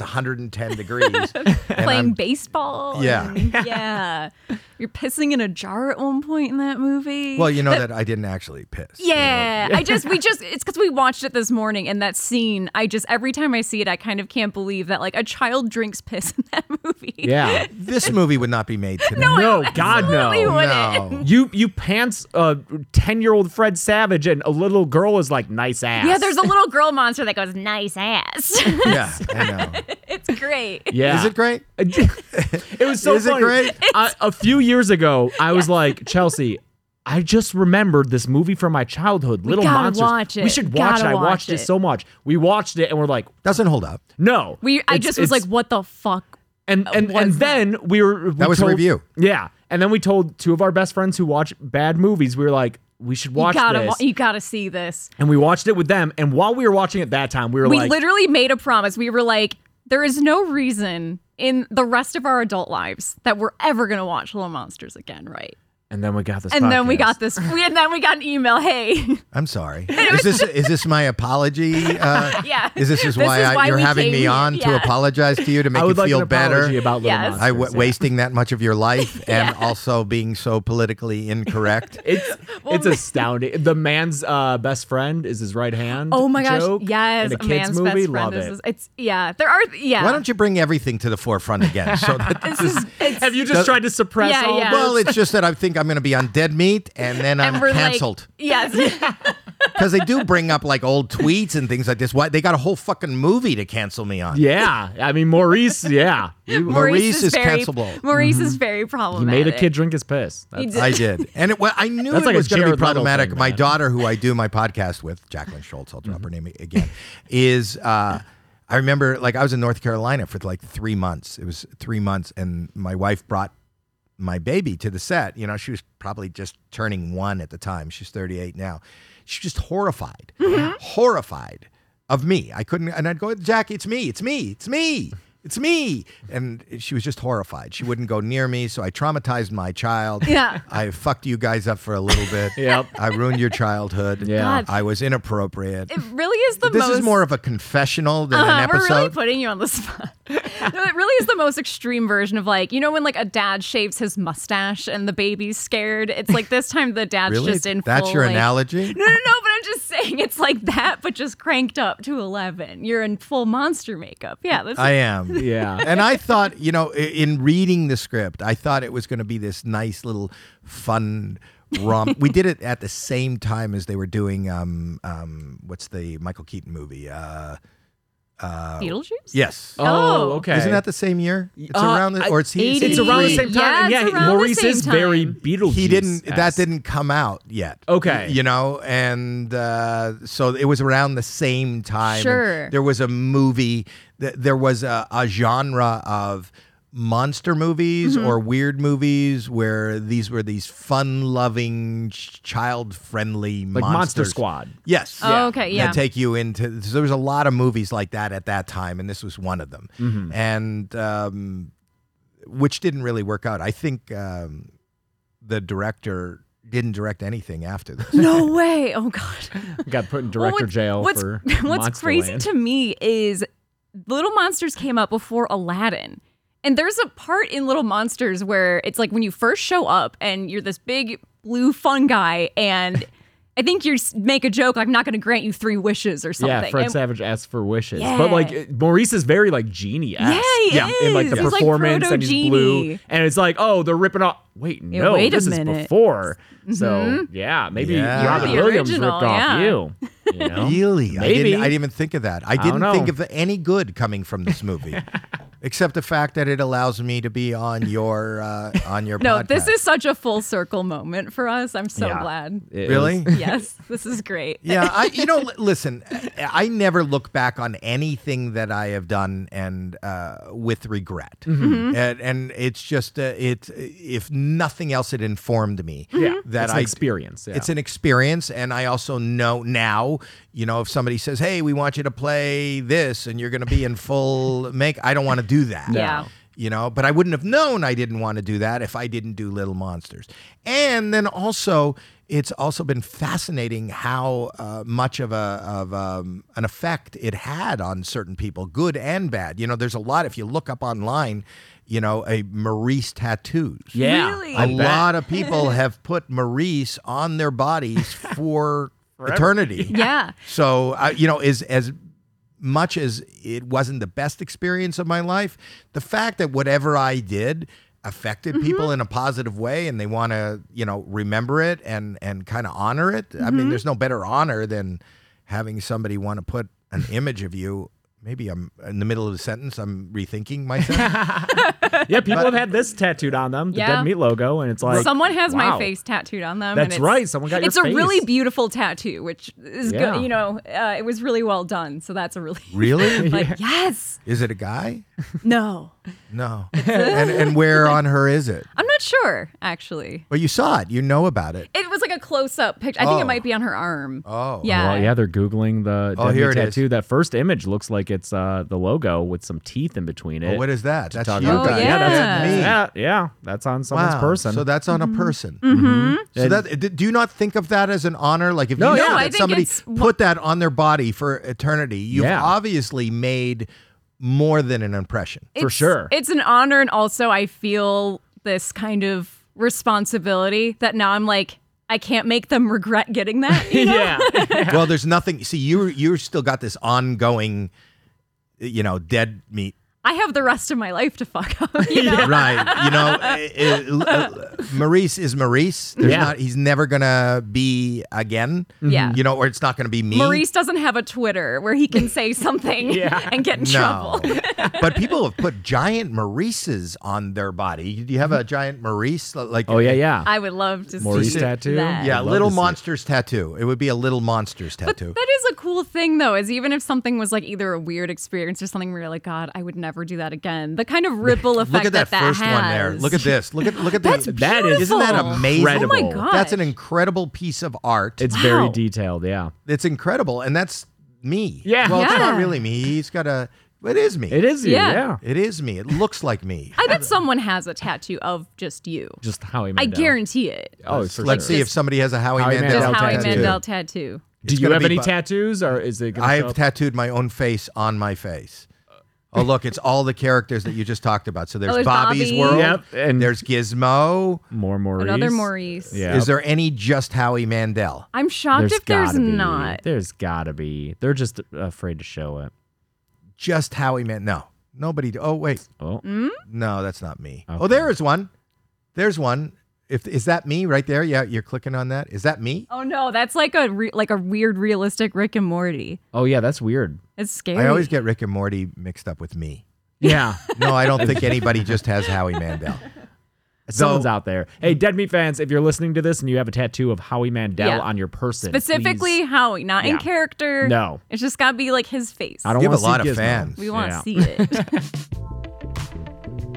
Speaker 6: 110 degrees.
Speaker 4: Playing baseball.
Speaker 6: Yeah.
Speaker 4: and- yeah. You're pissing in a jar at one point in that movie.
Speaker 6: Well, you know that I didn't actually piss. you know.
Speaker 4: yeah, I just we just it's because we watched it this morning and that scene. I just every time I see it, I kind of can't believe that like a child drinks piss in that movie.
Speaker 5: Yeah.
Speaker 6: This movie would not be made today.
Speaker 5: No, God,
Speaker 4: Absolutely
Speaker 5: no.
Speaker 4: wouldn't.
Speaker 6: no.
Speaker 5: You you pants a ten year old Fred Savage and a little girl is like nice ass.
Speaker 4: Yeah, there's a little girl monster that goes nice ass.
Speaker 6: Yeah, I know.
Speaker 4: it's great.
Speaker 5: yeah.
Speaker 6: Is it great?
Speaker 5: It was so
Speaker 6: Is it
Speaker 5: funny.
Speaker 6: great?
Speaker 5: I- a few years ago, I was like, Chelsea, I just remembered this movie from my childhood, Little
Speaker 4: gotta
Speaker 5: Monsters.
Speaker 4: watch
Speaker 5: We
Speaker 4: it.
Speaker 5: should watch
Speaker 4: Gotta
Speaker 5: it. I
Speaker 4: watch
Speaker 5: watched it.
Speaker 4: it."
Speaker 5: so much. We watched it and we're like,
Speaker 6: Doesn't hold up.
Speaker 5: no.
Speaker 4: We I
Speaker 5: It's-
Speaker 4: just was like, uh,
Speaker 5: it's-
Speaker 4: what the fuck
Speaker 5: And and and
Speaker 4: was-
Speaker 5: then we were we
Speaker 6: That was a
Speaker 5: told,
Speaker 6: review.
Speaker 5: Yeah, and then we told two of our best friends who watch bad movies. We were like, we should watch
Speaker 4: you gotta,
Speaker 5: this,
Speaker 4: wa- you gotta see this.
Speaker 5: and we watched it with them. And while we were watching it that time, we were
Speaker 4: We
Speaker 5: like,
Speaker 4: literally made a promise. We were like, there is no reason in the rest of our adult lives that we're ever gonna watch Little Monsters again, right?
Speaker 5: and then we got this,
Speaker 4: And then we
Speaker 5: podcast.
Speaker 4: got this. We, and then we got an email. Hey,
Speaker 6: I'm sorry. Is this is this my apology? Uh,
Speaker 4: Yeah.
Speaker 6: Is this is
Speaker 4: This
Speaker 6: why,
Speaker 4: is
Speaker 6: I,
Speaker 4: why
Speaker 6: you're
Speaker 4: we
Speaker 6: having
Speaker 4: came
Speaker 6: me
Speaker 4: here.
Speaker 6: on to
Speaker 4: Yeah.
Speaker 6: apologize to you to make
Speaker 5: I
Speaker 6: you
Speaker 5: would like
Speaker 6: feel
Speaker 5: an
Speaker 6: better
Speaker 5: apology about Little
Speaker 4: Yes.
Speaker 5: Monsters.
Speaker 6: I w-
Speaker 5: yeah.
Speaker 6: wasting that much of your life and also being so politically incorrect.
Speaker 5: It's it's astounding. The man's uh, best friend is his right hand.
Speaker 4: oh my gosh,
Speaker 5: joke
Speaker 4: yes,
Speaker 5: in a
Speaker 4: a
Speaker 5: kids
Speaker 4: man's
Speaker 5: movie.
Speaker 4: best friend.
Speaker 5: Love
Speaker 4: is,
Speaker 5: it.
Speaker 4: is- it's yeah. There are yeah.
Speaker 6: Why don't you bring everything to the forefront again? So that
Speaker 4: This is it's,
Speaker 5: Have you just tried to suppress
Speaker 4: Yeah,
Speaker 5: all?
Speaker 4: yeah.
Speaker 5: the-
Speaker 6: Well, it's just that I think I'm going to be on dead meat and then I'm
Speaker 4: and we're
Speaker 6: canceled.
Speaker 4: Like, yes.
Speaker 6: Because they do bring up like old tweets and things like this. Why they got a whole fucking movie to cancel me on?
Speaker 5: Yeah, I mean Maurice. Yeah, you,
Speaker 6: Maurice is
Speaker 4: very,
Speaker 6: cancelable.
Speaker 4: Maurice is very
Speaker 5: Mm-hmm. you
Speaker 4: problematic.
Speaker 5: made a kid drink his piss. That's-
Speaker 4: He did.
Speaker 6: I did, and it, well, I knew
Speaker 5: That's
Speaker 6: it
Speaker 5: like a
Speaker 6: was going to be
Speaker 5: Jared Leto
Speaker 6: problematic.
Speaker 5: thing,
Speaker 6: my
Speaker 5: man. Mm-hmm.
Speaker 6: daughter, who I do my podcast with, Jacqueline Schultz, I'll drop her name again, is. Uh, I remember, like, I was in North Carolina for like three months. It was three months, and my wife brought my baby to the set. You know, she was probably just turning one at the time. She's 38 now. She's just horrified,
Speaker 4: Mm-hmm.
Speaker 6: horrified of me. I couldn't, and I'd go, Jack, it's me, it's me, it's me, it's me. And she was just horrified. She wouldn't go near me. So I traumatized my child.
Speaker 4: Yeah.
Speaker 6: I fucked you guys up for a little bit.
Speaker 5: Yep.
Speaker 6: I ruined your childhood.
Speaker 5: Yeah. God.
Speaker 6: I was inappropriate.
Speaker 4: it really is the
Speaker 6: this
Speaker 4: most.
Speaker 6: is more of a confessional than
Speaker 4: Uh-huh,
Speaker 6: an episode.
Speaker 4: We're really putting you on the spot. no, it really is the most extreme version of like you know when like a dad shaves his mustache and the baby's scared. It's like this time the dad's
Speaker 6: Really?
Speaker 4: just in.
Speaker 6: That's
Speaker 4: full,
Speaker 6: your
Speaker 4: like-
Speaker 6: analogy?
Speaker 4: No, no, no. But I'm just saying it's like that, but just cranked up to eleven. You're in full monster makeup. Yeah, that's
Speaker 6: I uh, am.
Speaker 5: yeah.
Speaker 6: and I thought, you know, i- in reading the script, I thought it was going to be this nice little fun romp. we did it at the same time as they were doing um um what's the Michael Keaton movie? Uh
Speaker 4: Beetlejuice.
Speaker 6: yes.
Speaker 5: Oh,
Speaker 4: Oh.
Speaker 5: okay.
Speaker 6: Isn't that the same year? It's
Speaker 5: Uh,
Speaker 6: around the,
Speaker 5: I-
Speaker 6: or it's he,
Speaker 5: It's around the
Speaker 4: 83.
Speaker 5: same time.
Speaker 4: Yeah,
Speaker 5: and
Speaker 4: it's
Speaker 5: yeah,
Speaker 4: around the
Speaker 5: Maurice
Speaker 4: same
Speaker 5: is very
Speaker 4: time.
Speaker 5: Beetlejuice.
Speaker 6: he didn't that
Speaker 5: esque.
Speaker 6: didn't come out yet
Speaker 5: Okay.
Speaker 6: you know and uh, so it was around the same time and
Speaker 4: Sure.
Speaker 6: there was a movie th- there was a, a genre of monster movies or weird movies where these were these fun-loving child-friendly
Speaker 5: like Monster
Speaker 6: monsters.
Speaker 5: Squad.
Speaker 6: yes
Speaker 4: Oh, okay, yeah.
Speaker 6: that take you into so there was a lot of movies like that at that time and this was one of them and um, which didn't really work out i think um, the director didn't direct anything after this
Speaker 4: no way. Oh God.
Speaker 5: Got put in
Speaker 4: Well,
Speaker 5: director jail
Speaker 4: what's,
Speaker 5: for
Speaker 4: What's crazy
Speaker 5: Monsterland.
Speaker 4: to me is Little Monsters came up before Aladdin. And there's a part in Little Monsters where it's like when you first show up and you're this big blue fun guy and I think you s- make a joke like I'm not going to grant you three wishes or something.
Speaker 5: Yeah, Fred
Speaker 4: And-
Speaker 5: Savage asks for wishes,
Speaker 4: Yeah.
Speaker 5: but like it- Maurice is very like genie.
Speaker 4: Yeah, he
Speaker 5: yeah, in like the
Speaker 4: is. He's like
Speaker 5: performance and he's blue,
Speaker 4: proto-genie.
Speaker 5: and it's like oh they're ripping off. Wait,
Speaker 4: Yeah,
Speaker 5: no,
Speaker 4: wait a
Speaker 5: this is
Speaker 4: minute. Mm-hmm.
Speaker 5: before. So yeah, maybe
Speaker 6: Yeah. You're
Speaker 5: Robin
Speaker 4: the
Speaker 5: Williams
Speaker 4: original,
Speaker 5: ripped off
Speaker 4: yeah.
Speaker 5: you. you know?
Speaker 6: really I,
Speaker 5: Maybe.
Speaker 6: didn't, I didn't even think of that i didn't
Speaker 5: know.
Speaker 6: think of any good coming from this movie except the fact that it allows me to be on your uh, on your
Speaker 4: no,
Speaker 6: podcast.
Speaker 4: this is such a full circle moment for us. I'm so
Speaker 5: Yeah.
Speaker 4: glad.
Speaker 5: It
Speaker 6: really
Speaker 5: was-
Speaker 4: yes, this is great.
Speaker 6: yeah, I you know, li- listen, I never look back on anything that I have done and uh, with regret, and, and it's just uh, it. If nothing else, it informed me
Speaker 5: yeah,
Speaker 6: that
Speaker 5: it's an
Speaker 6: I
Speaker 5: experience. Yeah.
Speaker 6: it's an experience, and I also know now. You know, if somebody says, "Hey, we want you to play this," and you're going to be in full make, I don't want to do that.
Speaker 4: Yeah.
Speaker 6: You know, but I wouldn't have known I didn't want to do that if I didn't do Little Monsters. And then also, it's also been fascinating how uh, much of a of um, an effect it had on certain people, good and bad. You know, there's a lot. If you look up online, you know, a Maurice tattoos.
Speaker 5: yeah,
Speaker 4: Really?
Speaker 5: I
Speaker 6: A
Speaker 5: bet.
Speaker 6: lot of people have put Maurice on their bodies for eternity.
Speaker 4: Yeah.
Speaker 6: So uh, you know, as as much as it wasn't the best experience of my life, the fact that whatever I did affected
Speaker 5: Mm-hmm.
Speaker 6: people in a positive way, and they want to you know remember it and and kind of
Speaker 5: Mm-hmm.
Speaker 6: honor it. I mean, there's no better honor than having somebody want to put an image of you maybe I'm in the middle of the sentence. I'm rethinking myself.
Speaker 5: Yeah, people have had this tattooed on them, the
Speaker 8: Yeah.
Speaker 5: Dead Meat logo, and it's like
Speaker 8: Someone has
Speaker 5: wow.
Speaker 8: my face tattooed on them.
Speaker 5: That's
Speaker 8: and it's,
Speaker 5: right, someone got your
Speaker 8: It's a really
Speaker 5: face.
Speaker 8: beautiful tattoo, which is
Speaker 5: Yeah.
Speaker 8: good. You know, uh, it was really well done. So that's a really.
Speaker 6: really?
Speaker 8: But yes,
Speaker 6: Is it a guy?
Speaker 8: no,
Speaker 6: No. and and where on her is it?
Speaker 8: I'm not sure actually.
Speaker 6: Well, you saw it. You know about it.
Speaker 8: It was like a close-up picture. I think
Speaker 6: Oh.
Speaker 8: it might be on her arm.
Speaker 6: Oh.
Speaker 8: yeah,
Speaker 5: Well, yeah, they're googling the
Speaker 6: Oh,
Speaker 5: Dead
Speaker 6: here
Speaker 5: Meat
Speaker 6: it is.
Speaker 5: tattoo. That first image looks like it's uh, the logo with some teeth in between it.
Speaker 6: Well, what is that? That's
Speaker 5: Talk
Speaker 6: you
Speaker 5: about-
Speaker 6: guys.
Speaker 8: Oh, yeah.
Speaker 6: That's me.
Speaker 5: Yeah, yeah, that's on someone's
Speaker 6: Wow.
Speaker 5: person.
Speaker 6: So that's on a person. Mm-hmm. So that d- do you not think of that as an honor? Like if
Speaker 5: No,
Speaker 6: you know
Speaker 5: yeah. No,
Speaker 8: I
Speaker 6: that
Speaker 8: think
Speaker 6: somebody
Speaker 8: it's wha-
Speaker 6: put that on their body for eternity, you've
Speaker 5: Yeah.
Speaker 6: obviously made more than an impression.
Speaker 5: for
Speaker 8: It's-
Speaker 5: sure.
Speaker 8: It's an honor, and also I feel this kind of responsibility that now I'm like I can't make them regret getting that. you know?
Speaker 5: yeah,
Speaker 6: Well, there's nothing. See, you you're still got this ongoing, you know, dead meat.
Speaker 8: I have the rest of my life to fuck up. You know?
Speaker 6: Right. You know, eh, eh, l- eh, Maurice is Maurice. There's
Speaker 5: Yeah.
Speaker 6: not. He's never gonna be again.
Speaker 8: Mm-hmm. Yeah.
Speaker 6: You know, or it's not gonna be me.
Speaker 8: Maurice doesn't have a Twitter where he can say something
Speaker 5: Yeah.
Speaker 8: and get in
Speaker 6: No.
Speaker 8: trouble.
Speaker 6: but people have put giant Maurices on their body. Do you have a
Speaker 8: Mm-hmm.
Speaker 6: giant Maurice? uh, Like
Speaker 5: oh yeah, yeah.
Speaker 8: I would love to
Speaker 5: Maurice
Speaker 8: see
Speaker 5: tattoo?
Speaker 8: That.
Speaker 5: I'd
Speaker 6: Yeah,
Speaker 5: love to
Speaker 6: little
Speaker 5: see it.
Speaker 6: monsters tattoo. It would be a little monsters tattoo.
Speaker 8: That is a cool thing, though, is even if something was like either a weird experience or something where you're like, God, I would never do that again. The kind of ripple effect
Speaker 6: Look at that,
Speaker 8: that,
Speaker 6: first
Speaker 8: has.
Speaker 6: one there. Look at this. Look at look at
Speaker 5: That's
Speaker 6: the,
Speaker 5: That is-
Speaker 6: Isn't that
Speaker 8: beautiful.
Speaker 6: amazing?
Speaker 5: incredible.
Speaker 8: Oh my god,
Speaker 6: That's an incredible piece of art.
Speaker 5: it's very
Speaker 8: Wow.
Speaker 5: detailed. Yeah,
Speaker 6: It's incredible, and that's me.
Speaker 5: Yeah.
Speaker 6: Well, it's not
Speaker 8: Yeah.
Speaker 6: really me. He's got a. It is me.
Speaker 5: it is. You, yeah,
Speaker 8: Yeah.
Speaker 6: It is me. It looks like me.
Speaker 8: I bet someone has a tattoo of just you.
Speaker 5: Just how he.
Speaker 8: I
Speaker 5: Mandel.
Speaker 8: guarantee it.
Speaker 5: Oh, for
Speaker 6: Let's
Speaker 5: sure.
Speaker 6: see if somebody has a Howie,
Speaker 5: Howie
Speaker 6: Mandel,
Speaker 8: just
Speaker 5: Mandel
Speaker 8: Howie
Speaker 6: tattoo.
Speaker 8: Mandel tattoo.
Speaker 5: Do
Speaker 6: it's
Speaker 5: you
Speaker 6: gonna
Speaker 5: have
Speaker 6: be
Speaker 5: any
Speaker 6: bu-
Speaker 5: tattoos, or is it? Gonna
Speaker 6: I
Speaker 5: show Uh.
Speaker 6: have
Speaker 5: up?
Speaker 6: tattooed my own face on my face. Oh look, it's all the characters that you just talked about. So there's,
Speaker 8: there's
Speaker 6: Bobby's
Speaker 8: Bobby.
Speaker 6: world.
Speaker 5: Oh, Yep, and-
Speaker 6: there's Gizmo.
Speaker 5: more Maurice.
Speaker 8: Another Maurice.
Speaker 5: Yeah.
Speaker 6: Is there any just Howie Mandel?
Speaker 8: I'm shocked if there's
Speaker 5: gotta be.
Speaker 8: not.
Speaker 5: There's gotta be. They're just afraid to show it.
Speaker 6: Just Howie Mandel. No, nobody. Do- oh wait,
Speaker 5: Oh,
Speaker 8: Mm.
Speaker 6: no, that's not me. Oh,
Speaker 5: Okay.
Speaker 6: there is one. There's one. If is that me right there? Yeah, you're clicking on that. Is that me?
Speaker 8: Oh no, that's like a re- like a weird realistic Rick and Morty.
Speaker 5: oh yeah, that's weird.
Speaker 8: It's scary.
Speaker 6: I always get Rick and Morty mixed up with me.
Speaker 5: Yeah.
Speaker 6: No, I don't think anybody just has Howie Mandel.
Speaker 5: Someone's
Speaker 6: Though-
Speaker 5: out there. Hey, Dead Meat fans, if you're listening to this and you have a tattoo of Howie Mandel
Speaker 8: Yeah.
Speaker 5: on your person,
Speaker 8: specifically
Speaker 5: please-
Speaker 8: Howie, not in
Speaker 5: Yeah.
Speaker 8: character.
Speaker 5: No.
Speaker 8: it's just gotta be like his face.
Speaker 5: I don't
Speaker 6: You have
Speaker 5: want
Speaker 6: a lot of fans.
Speaker 8: We want to
Speaker 5: Yeah.
Speaker 8: see it.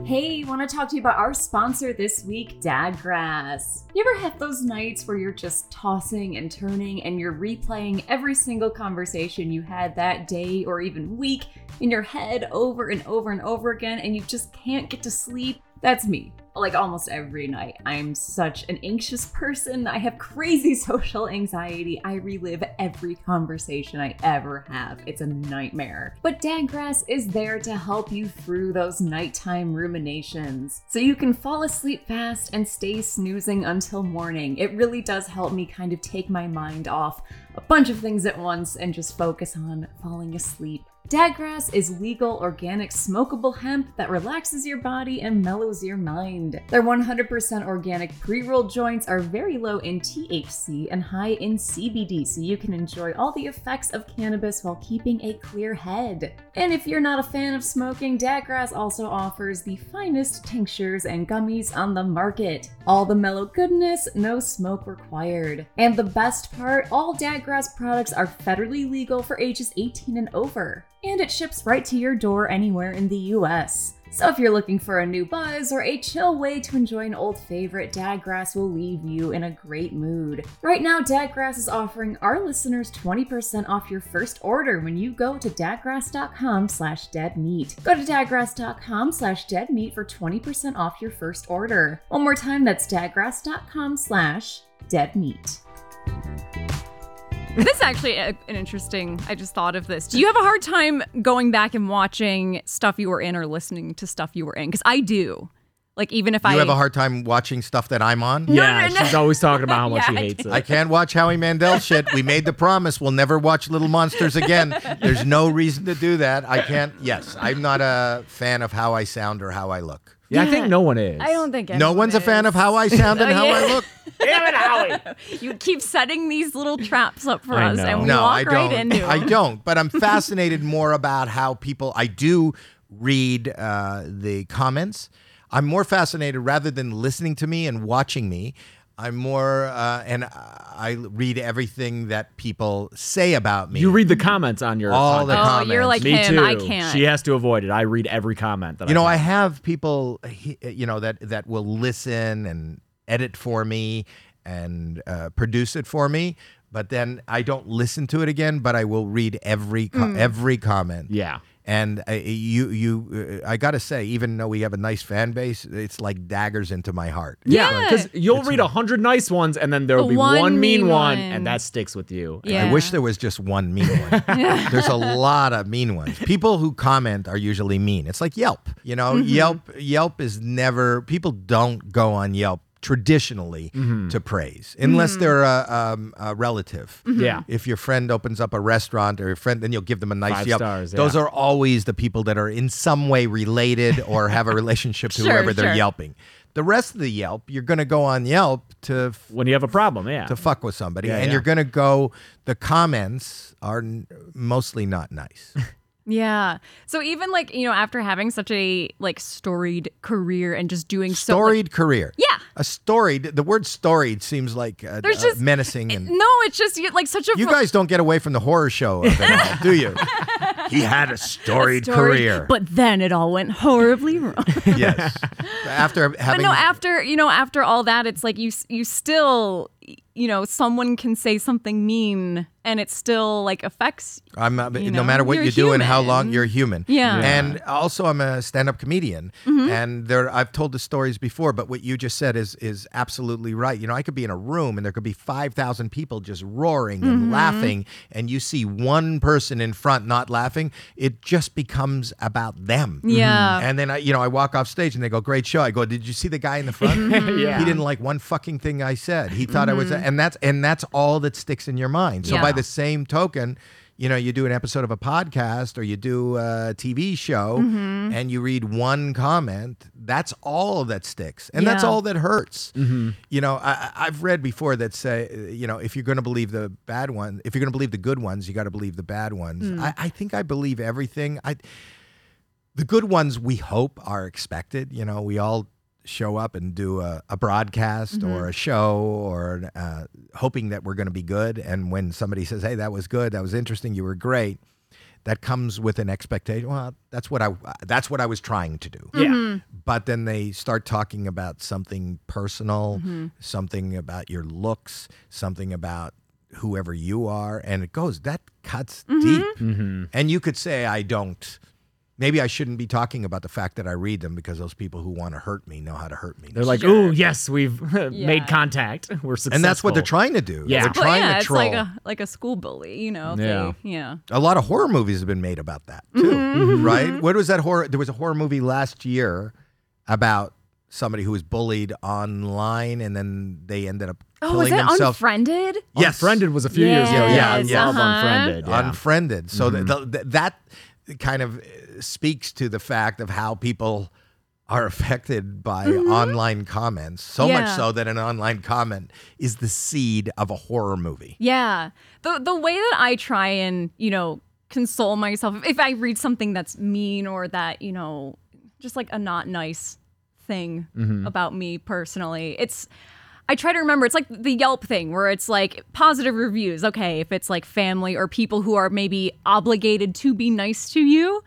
Speaker 4: Hey, want to talk to you about our sponsor this week, Dadgrass. You ever have those nights where you're just tossing and turning and you're replaying every single conversation you had that day or even week in your head over and over and over again and you just can't get to sleep? That's me. Like almost every night, I'm such an anxious person. I have crazy social anxiety. I relive every conversation I ever have. It's a nightmare. But Dadgrass is there to help you through those nighttime ruminations so you can fall asleep fast and stay snoozing until morning. It really does help me kind of take my mind off a bunch of things at once and just focus on falling asleep. Dadgrass is legal, organic, smokable hemp that relaxes your body and mellows your mind. Their 100% organic pre roll joints are very low in THC and high in CBD, so you can enjoy all the effects of cannabis while keeping a clear head. And if you're not a fan of smoking, Dadgrass also offers the finest tinctures and gummies on the market. All the mellow goodness, no smoke required. And the best part all Dadgrass products are federally legal for ages 18 and over, and it ships right to your door anywhere in the US. So if you're looking for a new buzz or a chill way to enjoy an old favorite, Dadgrass will leave you in a great mood. Right now, Dadgrass is offering our listeners 20% off your first order when you go to dadgrass.com slash deadmeat. Go to dadgrass.com slash deadmeat for 20% off your first order. One more time, that's dadgrass.com slash deadmeat.
Speaker 8: this is actually a, an interesting. I just thought of this. Do you have a hard time going back and watching stuff you were in or listening to stuff you were in? Because I do. Like even if I
Speaker 6: You have a hard time watching stuff that I'm on.
Speaker 5: Yeah,
Speaker 8: no, no.
Speaker 5: she's always talking about how much
Speaker 8: Yeah,
Speaker 5: she
Speaker 8: I
Speaker 5: hates
Speaker 6: I
Speaker 5: it.
Speaker 6: can't watch Howie Mandel shit. We made the promise. We'll never watch Little Monsters again. There's no reason to do that. I can't. Yes, I'm not a fan of how I sound or how I look.
Speaker 5: Yeah, I think no one is.
Speaker 8: I don't think
Speaker 6: No one's a fan of how I sound and how I look.
Speaker 5: Damn it, Howie.
Speaker 8: You keep setting these little traps up for
Speaker 5: I
Speaker 8: us,
Speaker 5: know.
Speaker 8: and we
Speaker 6: No,
Speaker 8: walk
Speaker 6: I
Speaker 8: right
Speaker 6: don't.
Speaker 8: into them.
Speaker 6: I don't. But I'm fascinated more about how people. I do read uh, the comments. I'm more fascinated rather than listening to me and watching me. I'm more, uh, and I read everything that people say about me.
Speaker 5: You read the comments on your
Speaker 6: All
Speaker 5: podcast.
Speaker 6: the
Speaker 8: Oh, you're
Speaker 6: comments.
Speaker 8: like
Speaker 5: Me
Speaker 8: him.
Speaker 5: too.
Speaker 8: I can't.
Speaker 5: She has to avoid it. I read every comment that
Speaker 6: you know,
Speaker 5: I
Speaker 6: I
Speaker 5: can.
Speaker 6: have people, he- you know, that that will listen and edit for me and uh, produce it for me. But then I don't listen to it again. But I will read every co-
Speaker 8: Hmm.
Speaker 6: every comment.
Speaker 5: Yeah.
Speaker 6: And I, you, you, uh, I gotta say, even though we have a nice fan base, it's like daggers into my heart.
Speaker 5: Yeah, because you'll read a hundred nice ones, and then there will
Speaker 8: The
Speaker 5: be
Speaker 8: one
Speaker 5: one, mean
Speaker 8: mean
Speaker 5: one,
Speaker 8: one.
Speaker 5: and that sticks with you.
Speaker 8: Yeah.
Speaker 6: I wish there was just one mean one. There's a lot of mean ones. People who comment are usually mean. It's like Yelp. You know,
Speaker 8: Mm-hmm.
Speaker 6: Yelp Yelp is never people don't go on Yelp traditionally
Speaker 5: Mm-hmm.
Speaker 6: to praise unless
Speaker 8: Mm-hmm.
Speaker 6: they're a, um, a relative.
Speaker 5: Yeah.
Speaker 6: If your friend opens up a restaurant or your friend, then you'll give them a nice
Speaker 5: Five
Speaker 6: Yelp.
Speaker 5: stars, yeah.
Speaker 6: Those are always the people that are in some way related or have a relationship to
Speaker 8: Sure,
Speaker 6: whoever they're
Speaker 8: sure.
Speaker 6: yelping. The rest of the Yelp, you're going to go on Yelp to
Speaker 5: When you have a problem, yeah.
Speaker 6: to fuck with somebody,
Speaker 5: Yeah,
Speaker 6: and
Speaker 5: yeah.
Speaker 6: you're gonna go. The comments are n- mostly not nice.
Speaker 8: Yeah. So even like you know, after having such a like storied career and just doing
Speaker 6: storied career.
Speaker 8: so, like, yeah.
Speaker 6: a storied. The word storied seems like uh,
Speaker 8: There's
Speaker 6: uh,
Speaker 8: just-
Speaker 6: menacing, and
Speaker 8: No, it's just you like such a
Speaker 6: you guys don't get away from the horror show, of it all, do you? He had a storied,
Speaker 8: storied-
Speaker 6: career.
Speaker 8: But then it all went horribly wrong.
Speaker 6: yes, after having.
Speaker 8: but no, after you know, after all that, it's like you s- you still you know, someone can say something mean and it still like affects.
Speaker 6: I'm uh,
Speaker 8: you
Speaker 6: no
Speaker 8: know,
Speaker 6: matter what
Speaker 8: you're
Speaker 6: you do and how long
Speaker 8: human.
Speaker 6: you're human.
Speaker 8: Yeah. Mm-hmm. Yeah.
Speaker 6: And also, I'm a stand-up comedian, and there I've told the stories before. But what you just said is is absolutely right. You know, I could be in a room and there could be five thousand people just roaring and
Speaker 8: Mm-hmm.
Speaker 6: laughing, and you see one person in front not laughing. It just becomes about them.
Speaker 8: Yeah.
Speaker 6: Mm-hmm. And then I, you know, I walk off stage and they go, "Great show." I go, "Did you see the guy in the front?
Speaker 5: Yeah.
Speaker 6: He didn't like one fucking thing I said. He thought I was." And that's and that's all that sticks in your mind. So
Speaker 8: Mm-hmm. Yeah.
Speaker 6: by the same token, you know, you do an episode of a podcast or you do a TV show,
Speaker 8: Mm-hmm.
Speaker 6: and you read one comment. That's all that sticks, and that's
Speaker 8: Yeah.
Speaker 6: all that hurts. You know, I, I- I've read before that say, uh, you know, if you're going to believe the bad one, if you're going to believe the good ones, you got to believe the bad ones.
Speaker 8: Mm.
Speaker 6: I, I think I believe everything. I the good ones we hope are expected. You know, we all show up and do a, a broadcast or a show or uh, hoping that we're going to be good. And when somebody says, "Hey, that was good. That was interesting. You were great," that comes with an expectation. Well, that's what I that's what I was trying to do.
Speaker 5: yeah.
Speaker 8: Mm-hmm.
Speaker 6: But then they start talking about something personal,
Speaker 8: Mm-hmm.
Speaker 6: something about your looks, something about whoever you are, and it goes that cuts
Speaker 8: Mm-hmm.
Speaker 6: deep.
Speaker 5: Mm-hmm.
Speaker 6: And you could say, I don't. Maybe I shouldn't be talking about the fact that I read them because those people who want to hurt me know how to hurt me.
Speaker 5: They're like, oh yes, we've made contact. We're successful.
Speaker 6: and that's what they're trying to do.
Speaker 5: Yeah.
Speaker 6: They're
Speaker 8: Well,
Speaker 6: trying
Speaker 8: yeah,
Speaker 6: to
Speaker 8: it's
Speaker 6: troll.
Speaker 8: like a like a school bully, you know. if
Speaker 5: Yeah.
Speaker 8: They, yeah.
Speaker 6: a lot of horror movies have been made about that too,
Speaker 8: Mm-hmm.
Speaker 5: Mm-hmm.
Speaker 6: right? What was that horror? There was a horror movie last year about somebody who was bullied online, and then they ended up
Speaker 8: Oh,
Speaker 6: killing
Speaker 8: is that
Speaker 6: themselves.
Speaker 8: unfriended?
Speaker 6: Yes.
Speaker 5: Unfriended was a few years ago. Yeah,
Speaker 6: Yes,
Speaker 5: I love
Speaker 8: uh-huh.
Speaker 5: Unfriended. Yeah. Mm-hmm.
Speaker 6: unfriended. So th th th- that kind of uh, speaks to the fact of how people are affected by online comments. So much
Speaker 8: Mm-hmm. Yeah.
Speaker 6: so that an online comment is the seed of a horror movie.
Speaker 8: Yeah. The the way that I try and, you know, console myself if I read something that's mean or that, you know, just like a not nice thing about me personally. It's I try to remember it's like the Yelp thing where it's like positive reviews. Okay, if it's like family or people who are maybe obligated to be nice to you,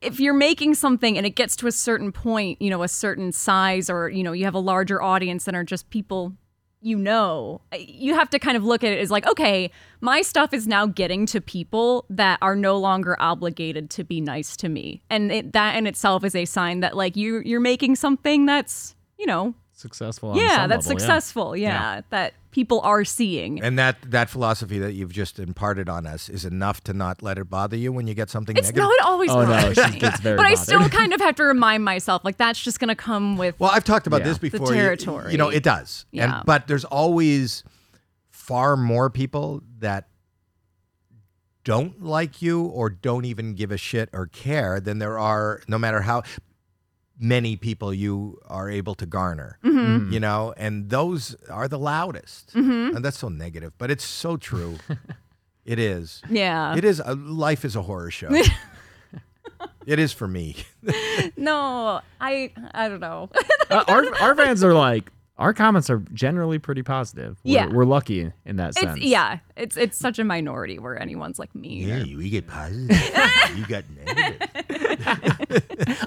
Speaker 8: if you're making something and it gets to a certain point, you know, a certain size or, you know, you have a larger audience than are just people you know, you have to kind of look at it as like, okay, my stuff is now getting to people that are no longer obligated to be nice to me. And it, that in itself is a sign that like you you're making something that's, you know,
Speaker 5: Successful. on
Speaker 8: yeah,
Speaker 5: some
Speaker 8: that's
Speaker 5: level, yeah.
Speaker 8: successful. Yeah, that people are seeing.
Speaker 6: And that that philosophy that you've just imparted on us is enough to not let it bother you when you get something
Speaker 8: It's
Speaker 6: negative.
Speaker 8: no, it always
Speaker 5: Oh no,
Speaker 8: bothers
Speaker 5: she
Speaker 8: me.
Speaker 5: gets very.
Speaker 8: But I
Speaker 5: bothered.
Speaker 8: still kind of have to remind myself like that's just going to come with
Speaker 6: Well, I've talked about
Speaker 5: Yeah.
Speaker 6: this
Speaker 5: The
Speaker 6: before. You- You,
Speaker 8: territory.
Speaker 6: know, it does.
Speaker 8: Yeah.
Speaker 6: And but there's always far more people that don't like you or don't even give a shit or care than there are no matter how many people you are able to garner,
Speaker 8: Mm-hmm.
Speaker 6: you know, and those are the loudest.
Speaker 8: Mm-hmm.
Speaker 6: And that's so negative, but it's so true. it is.
Speaker 8: Yeah.
Speaker 6: It is. A, life is a horror show. it is for me.
Speaker 8: No, I I don't know.
Speaker 5: Uh, our our fans are like our comments are generally pretty positive. We're,
Speaker 8: Yeah.
Speaker 5: we're lucky in, in that sense.
Speaker 8: it's yeah, it's it's such a minority where anyone's like me. or-
Speaker 6: we get positive. you got negative.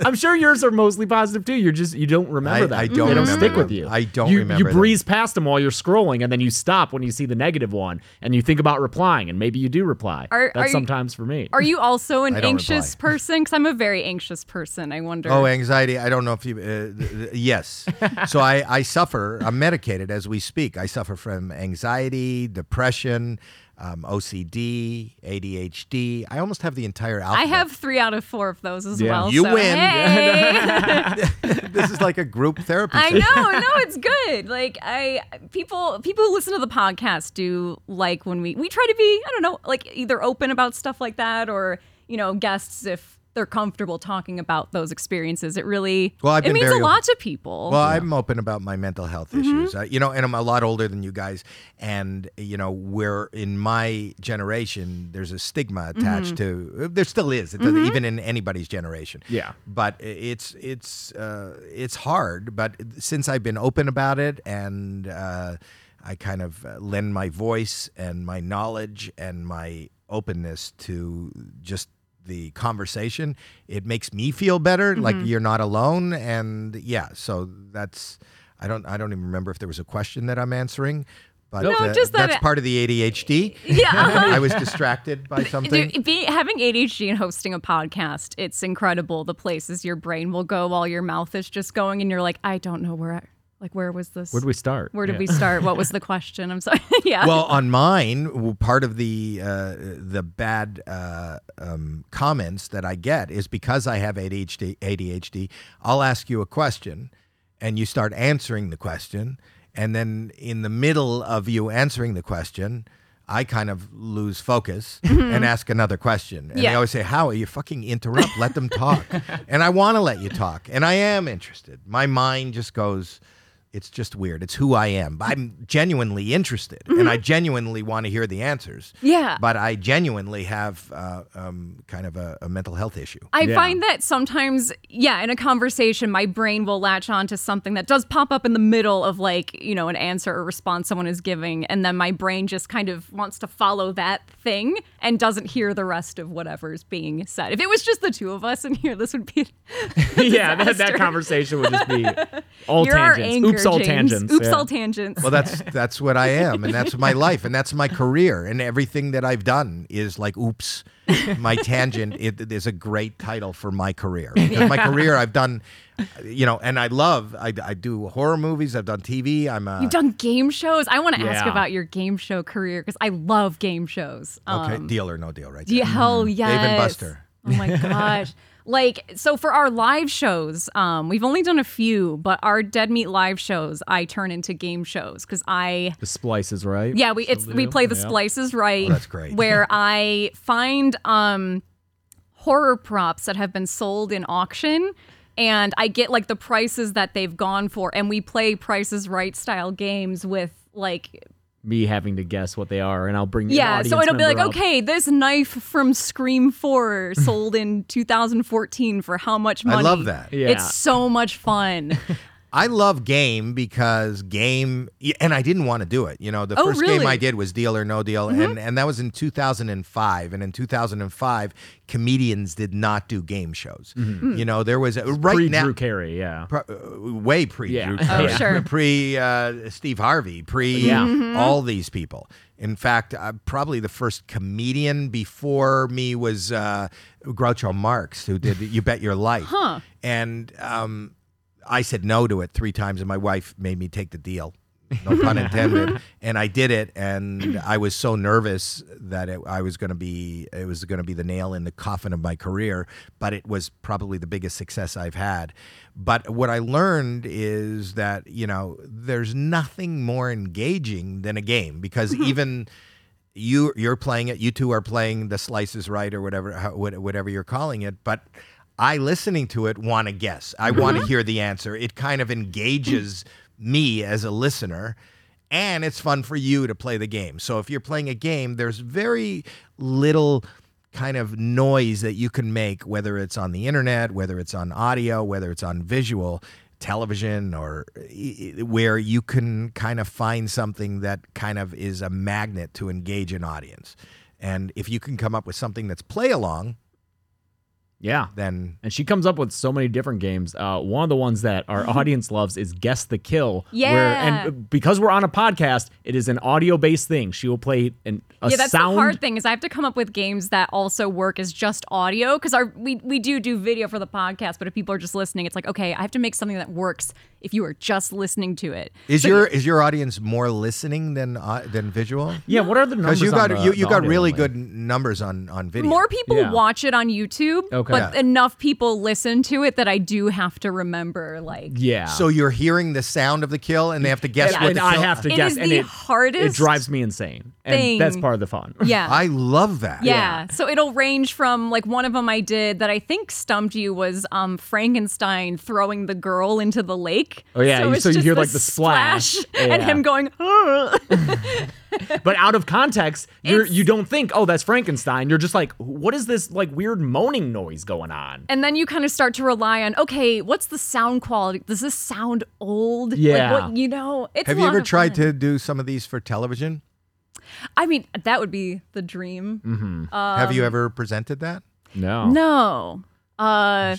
Speaker 5: I'm sure yours are mostly positive too. You're just you don't remember
Speaker 6: I-
Speaker 5: that.
Speaker 6: I
Speaker 5: They
Speaker 6: don't
Speaker 5: don't
Speaker 6: remember
Speaker 5: stick with
Speaker 6: them.
Speaker 5: you.
Speaker 6: I don't
Speaker 5: you,
Speaker 6: remember
Speaker 5: You
Speaker 6: them.
Speaker 5: breeze past them while you're scrolling, and then you stop when you see the negative one, and you think about replying, and maybe you do reply.
Speaker 8: Are-
Speaker 5: That's
Speaker 8: are you-
Speaker 5: sometimes for me.
Speaker 8: Are you also an
Speaker 6: I don't
Speaker 8: anxious
Speaker 6: reply.
Speaker 8: person? Because I'm a very anxious person. I wonder.
Speaker 6: Oh, anxiety. I don't know if you. Uh, th- th- yes. So I, I suffer. I'm medicated as we speak. I suffer from anxiety, depression, um, OCD, ADHD. I almost have the entire
Speaker 8: I
Speaker 6: alphabet.
Speaker 8: have three out of four of those as
Speaker 5: Yeah.
Speaker 8: well.
Speaker 6: You
Speaker 8: so,
Speaker 6: win.
Speaker 8: hey.
Speaker 6: this is like a group therapy.
Speaker 8: I
Speaker 6: session.
Speaker 8: know, no, it's good. Like I people people who listen to the podcast do like when we we try to be, I don't know, like either open about stuff like that or, you know, guests if they're comfortable talking about those experiences. It really
Speaker 6: Well, I've
Speaker 8: it
Speaker 6: been
Speaker 8: means a
Speaker 6: very
Speaker 8: lot to people.
Speaker 6: Well, I'm open about my mental health issues. I, you know, and I'm a lot older than you guys. And, you know, we're in my generation, there's a stigma attached to, uh, there still is, it doesn't- even in anybody's generation.
Speaker 5: Yeah.
Speaker 6: But i- it's, it's, uh, it's hard. But since I've been open about it and, uh, I kind of uh, lend my voice and my knowledge and my openness to just the conversation. It makes me feel better, like
Speaker 8: Mm-hmm.
Speaker 6: you're not alone. And yeah, so that's I don't I don't even remember if there was a question that I'm answering, but
Speaker 5: No,
Speaker 6: uh,
Speaker 8: just that
Speaker 6: that's
Speaker 8: it-
Speaker 6: part of the ADHD.
Speaker 8: Yeah, uh-huh.
Speaker 6: I was distracted by something.
Speaker 8: Dude, be, having ADHD and hosting a podcast, it's incredible the places your brain will go while your mouth is just going and you're like, I don't know where I, like where was this?
Speaker 5: Where do we start?
Speaker 8: Where did
Speaker 5: Yeah.
Speaker 8: we start? What was the question? I'm sorry. yeah.
Speaker 6: Well, on mine, w- part of the uh, the bad uh, um, comments that I get is because I have ADHD. ADHD, I'll ask you a question, and you start answering the question, and then in the middle of you answering the question. I kind of lose focus and ask another question. And they
Speaker 8: Mm-hmm. Yeah.
Speaker 6: always say, Howie, you fucking interrupt. Let them talk. and I want to let you talk. And I am interested. My mind just goes, it's just weird. It's who I am. But I'm genuinely interested, and I genuinely want to hear the answers.
Speaker 8: Mm-hmm. Yeah.
Speaker 6: But I genuinely have uh, um, kind of a, a mental health issue.
Speaker 8: I
Speaker 5: Yeah.
Speaker 8: find that sometimes, yeah, in a conversation, my brain will latch on to something that does pop up in the middle of like, you know, an answer or response someone is giving. And then my brain just kind of wants to follow that thing and doesn't hear the rest of whatever's being said. If it was just the two of us in here, this would be.
Speaker 5: yeah, that, that
Speaker 8: Disaster.
Speaker 5: conversation would just be all
Speaker 8: You're our
Speaker 5: tangents.
Speaker 8: anchor,
Speaker 5: Oops, all
Speaker 8: James.
Speaker 5: tangents.
Speaker 8: Oops,
Speaker 5: yeah.
Speaker 8: all tangents.
Speaker 6: Well, that's that's what I am, and that's my life, and that's my career, and everything that I've done is like, oops, my tangent it, is a great title for my career. Because my career, I've done, you know, and I love, I, I do horror movies, I've done TV, I'm a,
Speaker 8: You've done game shows. I want to ask
Speaker 5: Yeah.
Speaker 8: about your game show career because I love game shows.
Speaker 6: okay, deal or no deal, right?
Speaker 8: Yeah,
Speaker 6: there.
Speaker 8: hell yes.
Speaker 6: Buster.
Speaker 8: Oh my gosh. Like so for our live shows, um, we've only done a few, but our Dead Meat live shows I turn into game shows because I
Speaker 5: The splices, right?
Speaker 8: yeah, we it's we
Speaker 5: do.
Speaker 8: play the
Speaker 5: Yeah.
Speaker 8: splices right.
Speaker 6: Oh, that's great.
Speaker 8: Where I find um horror props that have been sold in auction and I get like the prices that they've gone for and we play prices right style games with like
Speaker 5: Me having to guess what they are, and I'll bring an
Speaker 8: yeah, so
Speaker 5: audience
Speaker 8: it'll be like,
Speaker 5: member up.
Speaker 8: okay, this knife from Scream 4 sold in 2014 for how much money?
Speaker 6: I love that.
Speaker 5: Yeah.
Speaker 8: It's so much fun.
Speaker 6: I love game because game, and I didn't want to do it. You know, the
Speaker 8: Oh,
Speaker 6: first game
Speaker 8: really? Mm-hmm.
Speaker 6: I did was Deal or No Deal, and, and that was in 2005. And in 2005, comedians did not do game shows.
Speaker 5: Mm-hmm.
Speaker 8: Hmm.
Speaker 6: You know, there was a, right
Speaker 5: Pre
Speaker 6: now.
Speaker 5: Drew Carey, yeah.
Speaker 6: Pro- uh, way pre
Speaker 5: Yeah.
Speaker 6: Drew
Speaker 5: Oh,
Speaker 6: Carey,
Speaker 8: sure. Mm-hmm.
Speaker 6: pre uh, Steve Harvey, pre
Speaker 5: Yeah.
Speaker 6: all these people. In fact, uh, probably the first comedian before me was uh, Groucho Marx, who did "You Bet Your Life," and um, I said no to it three times, and my wife made me take the deal. No pun intended. and I did it, and I was so nervous that it, I was going to be it was going to be the nail in the coffin of my career. But it was probably the biggest success I've had. But what I learned is that you know there's nothing more engaging than a game because even you you're playing it. You two are playing the slices right or whatever how- what- whatever you're calling it. But I listening to it want to guess. I want to hear the answer. It kind of engages me as a listener. And it's fun for you to play the game. So if you're playing a game, there's very little kind of noise that you can make, whether it's on the internet, whether it's on audio, whether it's on visual television, or i- i- where you can kind of find something that kind of is a magnet to engage an audience. And if you can come up with something that's play along,
Speaker 5: Yeah.
Speaker 6: then
Speaker 5: And she comes up with so many different games. Uh, one of the ones that our audience loves is Guess the Kill.
Speaker 8: Yeah.
Speaker 5: and because we're on a podcast, it is an audio based thing. She will play an, a
Speaker 8: yeah, that's
Speaker 5: sound.
Speaker 8: the hard thing is I have to come up with games that also work as just audio because our we we do do video for the podcast, but if people are just listening, it's like okay, I have to make something that works if you are just listening to it.
Speaker 6: is your is your audience more listening than uh, than visual?
Speaker 5: Yeah, what are the numbers?
Speaker 6: Because you
Speaker 5: on
Speaker 6: got
Speaker 5: the-
Speaker 6: you, you
Speaker 5: the
Speaker 6: got
Speaker 5: audio only?
Speaker 6: really good n- numbers on on video.
Speaker 8: More people
Speaker 5: Yeah.
Speaker 8: watch it on YouTube,
Speaker 5: Okay.
Speaker 8: but
Speaker 6: Yeah.
Speaker 8: enough people listen to it that I do have to remember like
Speaker 5: Yeah.
Speaker 6: so you're hearing the sound of the kill, and they have to guess
Speaker 5: and
Speaker 6: what the
Speaker 5: I
Speaker 6: kill-
Speaker 5: have to
Speaker 8: It
Speaker 5: guess.
Speaker 8: is
Speaker 5: and
Speaker 8: the
Speaker 5: it, It
Speaker 8: hardest
Speaker 5: drives me insane,
Speaker 8: thing.
Speaker 5: and that's part of the fun.
Speaker 8: yeah.
Speaker 6: I love that.
Speaker 8: Yeah. So it'll range from like one of them I did that I think stumped you was um, Frankenstein throwing the girl into the lake.
Speaker 5: Oh, yeah,
Speaker 8: So,
Speaker 5: you-
Speaker 8: it's
Speaker 5: so you
Speaker 8: just
Speaker 5: hear,
Speaker 8: the
Speaker 5: like, the splash.
Speaker 8: and
Speaker 5: Yeah.
Speaker 8: him going. "Ugh."
Speaker 5: but out of context, you
Speaker 8: It's-
Speaker 5: you don't think, oh, that's Frankenstein. You're just like, what is this like weird moaning noise going on?
Speaker 8: and then you kind of start to rely on okay, what's the sound quality? Does this sound old? Like,
Speaker 5: Yeah.
Speaker 8: what- you know, it's.
Speaker 6: Have
Speaker 8: a
Speaker 6: you
Speaker 8: lot
Speaker 6: ever
Speaker 8: of
Speaker 6: tried
Speaker 8: fun.
Speaker 6: to do some of these for television?
Speaker 8: I mean, that would be the dream.
Speaker 6: Have
Speaker 8: Um,
Speaker 6: you ever presented that?
Speaker 5: No,
Speaker 8: No.
Speaker 5: Oh.
Speaker 8: Uh,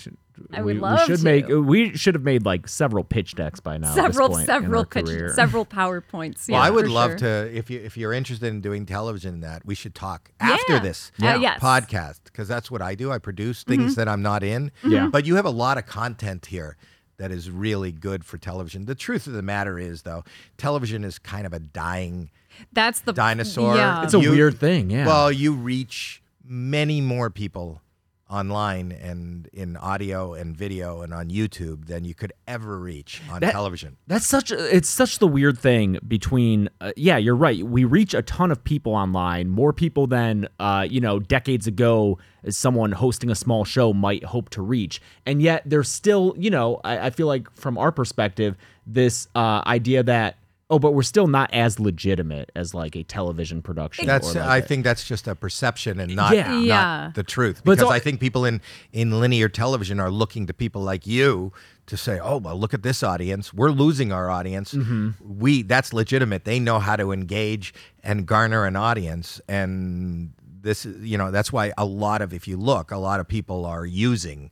Speaker 8: I
Speaker 5: we,
Speaker 8: would
Speaker 5: we
Speaker 8: love
Speaker 5: should
Speaker 8: to.
Speaker 5: make. We should have made like several pitch decks by now. at this
Speaker 8: several,
Speaker 5: point in
Speaker 8: several
Speaker 5: our career.
Speaker 8: pitches, several powerpoints.
Speaker 6: well,
Speaker 8: yeah,
Speaker 6: I would
Speaker 8: for
Speaker 6: love
Speaker 8: sure.
Speaker 6: to. If you if you're interested in doing television, in that we should talk after
Speaker 8: Yeah.
Speaker 6: this
Speaker 8: Yeah. Uh, yes. Mm-hmm.
Speaker 6: podcast because that's what I do. I produce things that I'm not in.
Speaker 5: Yeah.
Speaker 6: But you have a lot of content here that is really good for television. The truth of the matter is, though, television is kind of a dying
Speaker 8: That's the
Speaker 6: dinosaur.
Speaker 8: Yeah.
Speaker 5: It's a weird thing, yeah.
Speaker 6: Well, you reach many more people online and in audio and video and on YouTube than you could ever reach on
Speaker 5: That-
Speaker 6: television.
Speaker 5: That's such a, it's such the weird thing between uh, yeah you're right we reach a ton of people online more people than uh, you know decades ago as someone hosting a small show might hope to reach and yet there's still you know I, I feel like from our perspective this uh, idea that oh but we're still not as legitimate as like a television production
Speaker 6: That's
Speaker 5: or like
Speaker 6: I
Speaker 5: a-
Speaker 6: think that's just a perception and not,
Speaker 5: Yeah.
Speaker 6: not
Speaker 8: Yeah.
Speaker 6: the truth.
Speaker 5: But it's
Speaker 6: Because
Speaker 5: all-
Speaker 6: I think people in, in linear television are looking to people like you to say, Oh well look at this audience. We're losing our audience.
Speaker 5: Mm-hmm.
Speaker 6: We that's legitimate. They know how to engage and garner an audience and this is you know, that's why a lot of if you look, a lot of people are using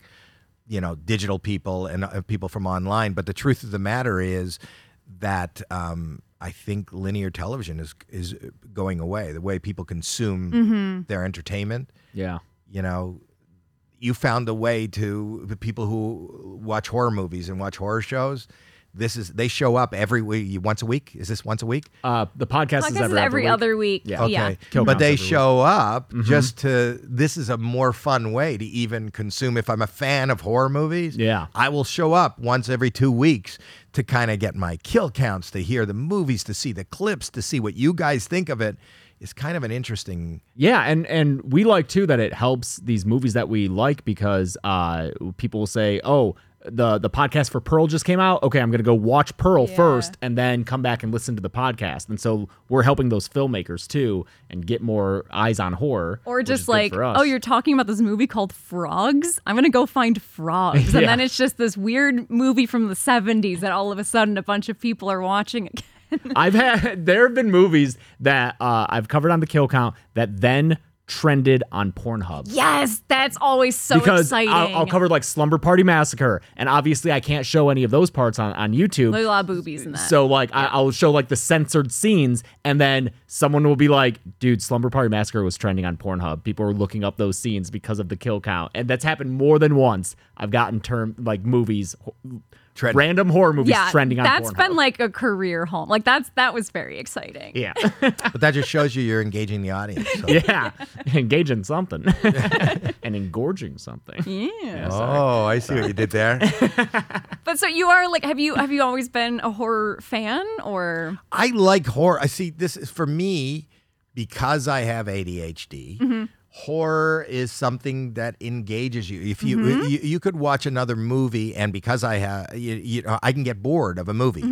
Speaker 6: you know digital people and uh, people from online but the truth of the matter is that um, i think linear television is is going away the way people consume
Speaker 5: Mm-hmm.
Speaker 6: their entertainment
Speaker 5: yeah
Speaker 6: you know you found a way to the people who watch horror movies and watch horror shows this is they show up every week once a week is this once a week
Speaker 5: uh, the podcast,
Speaker 8: Podcast
Speaker 5: is every,
Speaker 8: every
Speaker 5: other week.
Speaker 8: other week. Yeah.
Speaker 6: Okay.
Speaker 5: Kill
Speaker 6: but
Speaker 5: counts
Speaker 6: they
Speaker 5: every week. Mm-hmm.
Speaker 6: show up just to this is a more fun way to even consume if I'm a fan of horror movies.
Speaker 5: Yeah.
Speaker 6: I will show up once every 2 weeks to kind of get my kill counts to hear the movies to see the clips to see what you guys think of it. It's kind of an interesting
Speaker 5: Yeah, and and we like too that it helps these movies that we like because uh, people will say, "Oh, the the podcast for Pearl just came out. Okay, I'm gonna go watch Pearl first, and then come back and listen to the podcast." And so we're helping those filmmakers too and get more eyes on horror,
Speaker 8: Or
Speaker 5: which is
Speaker 8: just
Speaker 5: good
Speaker 8: like,
Speaker 5: for us.
Speaker 8: oh, you're talking about this movie called Frogs? I'm going to go find frogs. And
Speaker 5: Yeah.
Speaker 8: then it's just this weird movie from the 70s that all of a sudden a bunch of people are watching again.
Speaker 5: I've had there have been movies that uh, I've covered on the kill count that then trended on Pornhub.
Speaker 8: Yes, that's always so
Speaker 5: because
Speaker 8: exciting.
Speaker 5: I'll, I'll cover like Slumber Party Massacre, and obviously I can't show any of those parts on on YouTube.
Speaker 8: There's a lot of boobies in that.
Speaker 5: So like I, I'll show like the censored scenes, and then someone will be like, "Dude, Slumber Party Massacre was trending on Pornhub. People were looking up those scenes because of the kill count, and that's happened more than once. I've gotten term like movies,
Speaker 6: Trend.
Speaker 5: random horror movies
Speaker 8: yeah,
Speaker 5: trending on
Speaker 8: that's
Speaker 5: Pornhub.
Speaker 8: been like a career home. Like that's that was very exciting.
Speaker 5: yeah,
Speaker 6: but that just shows you you're engaging the audience. So.
Speaker 5: yeah, engaging something and engorging something. Yeah, sorry.
Speaker 6: Oh, I see what you did there.
Speaker 8: But so you are like, have you have you always been a horror fan
Speaker 5: Mm.
Speaker 8: or?
Speaker 6: I like horror. I see this is for me because I have ADHD. horror is something that engages you. If you you, you could watch another movie, and because I have you, you know, I can get bored of a movie,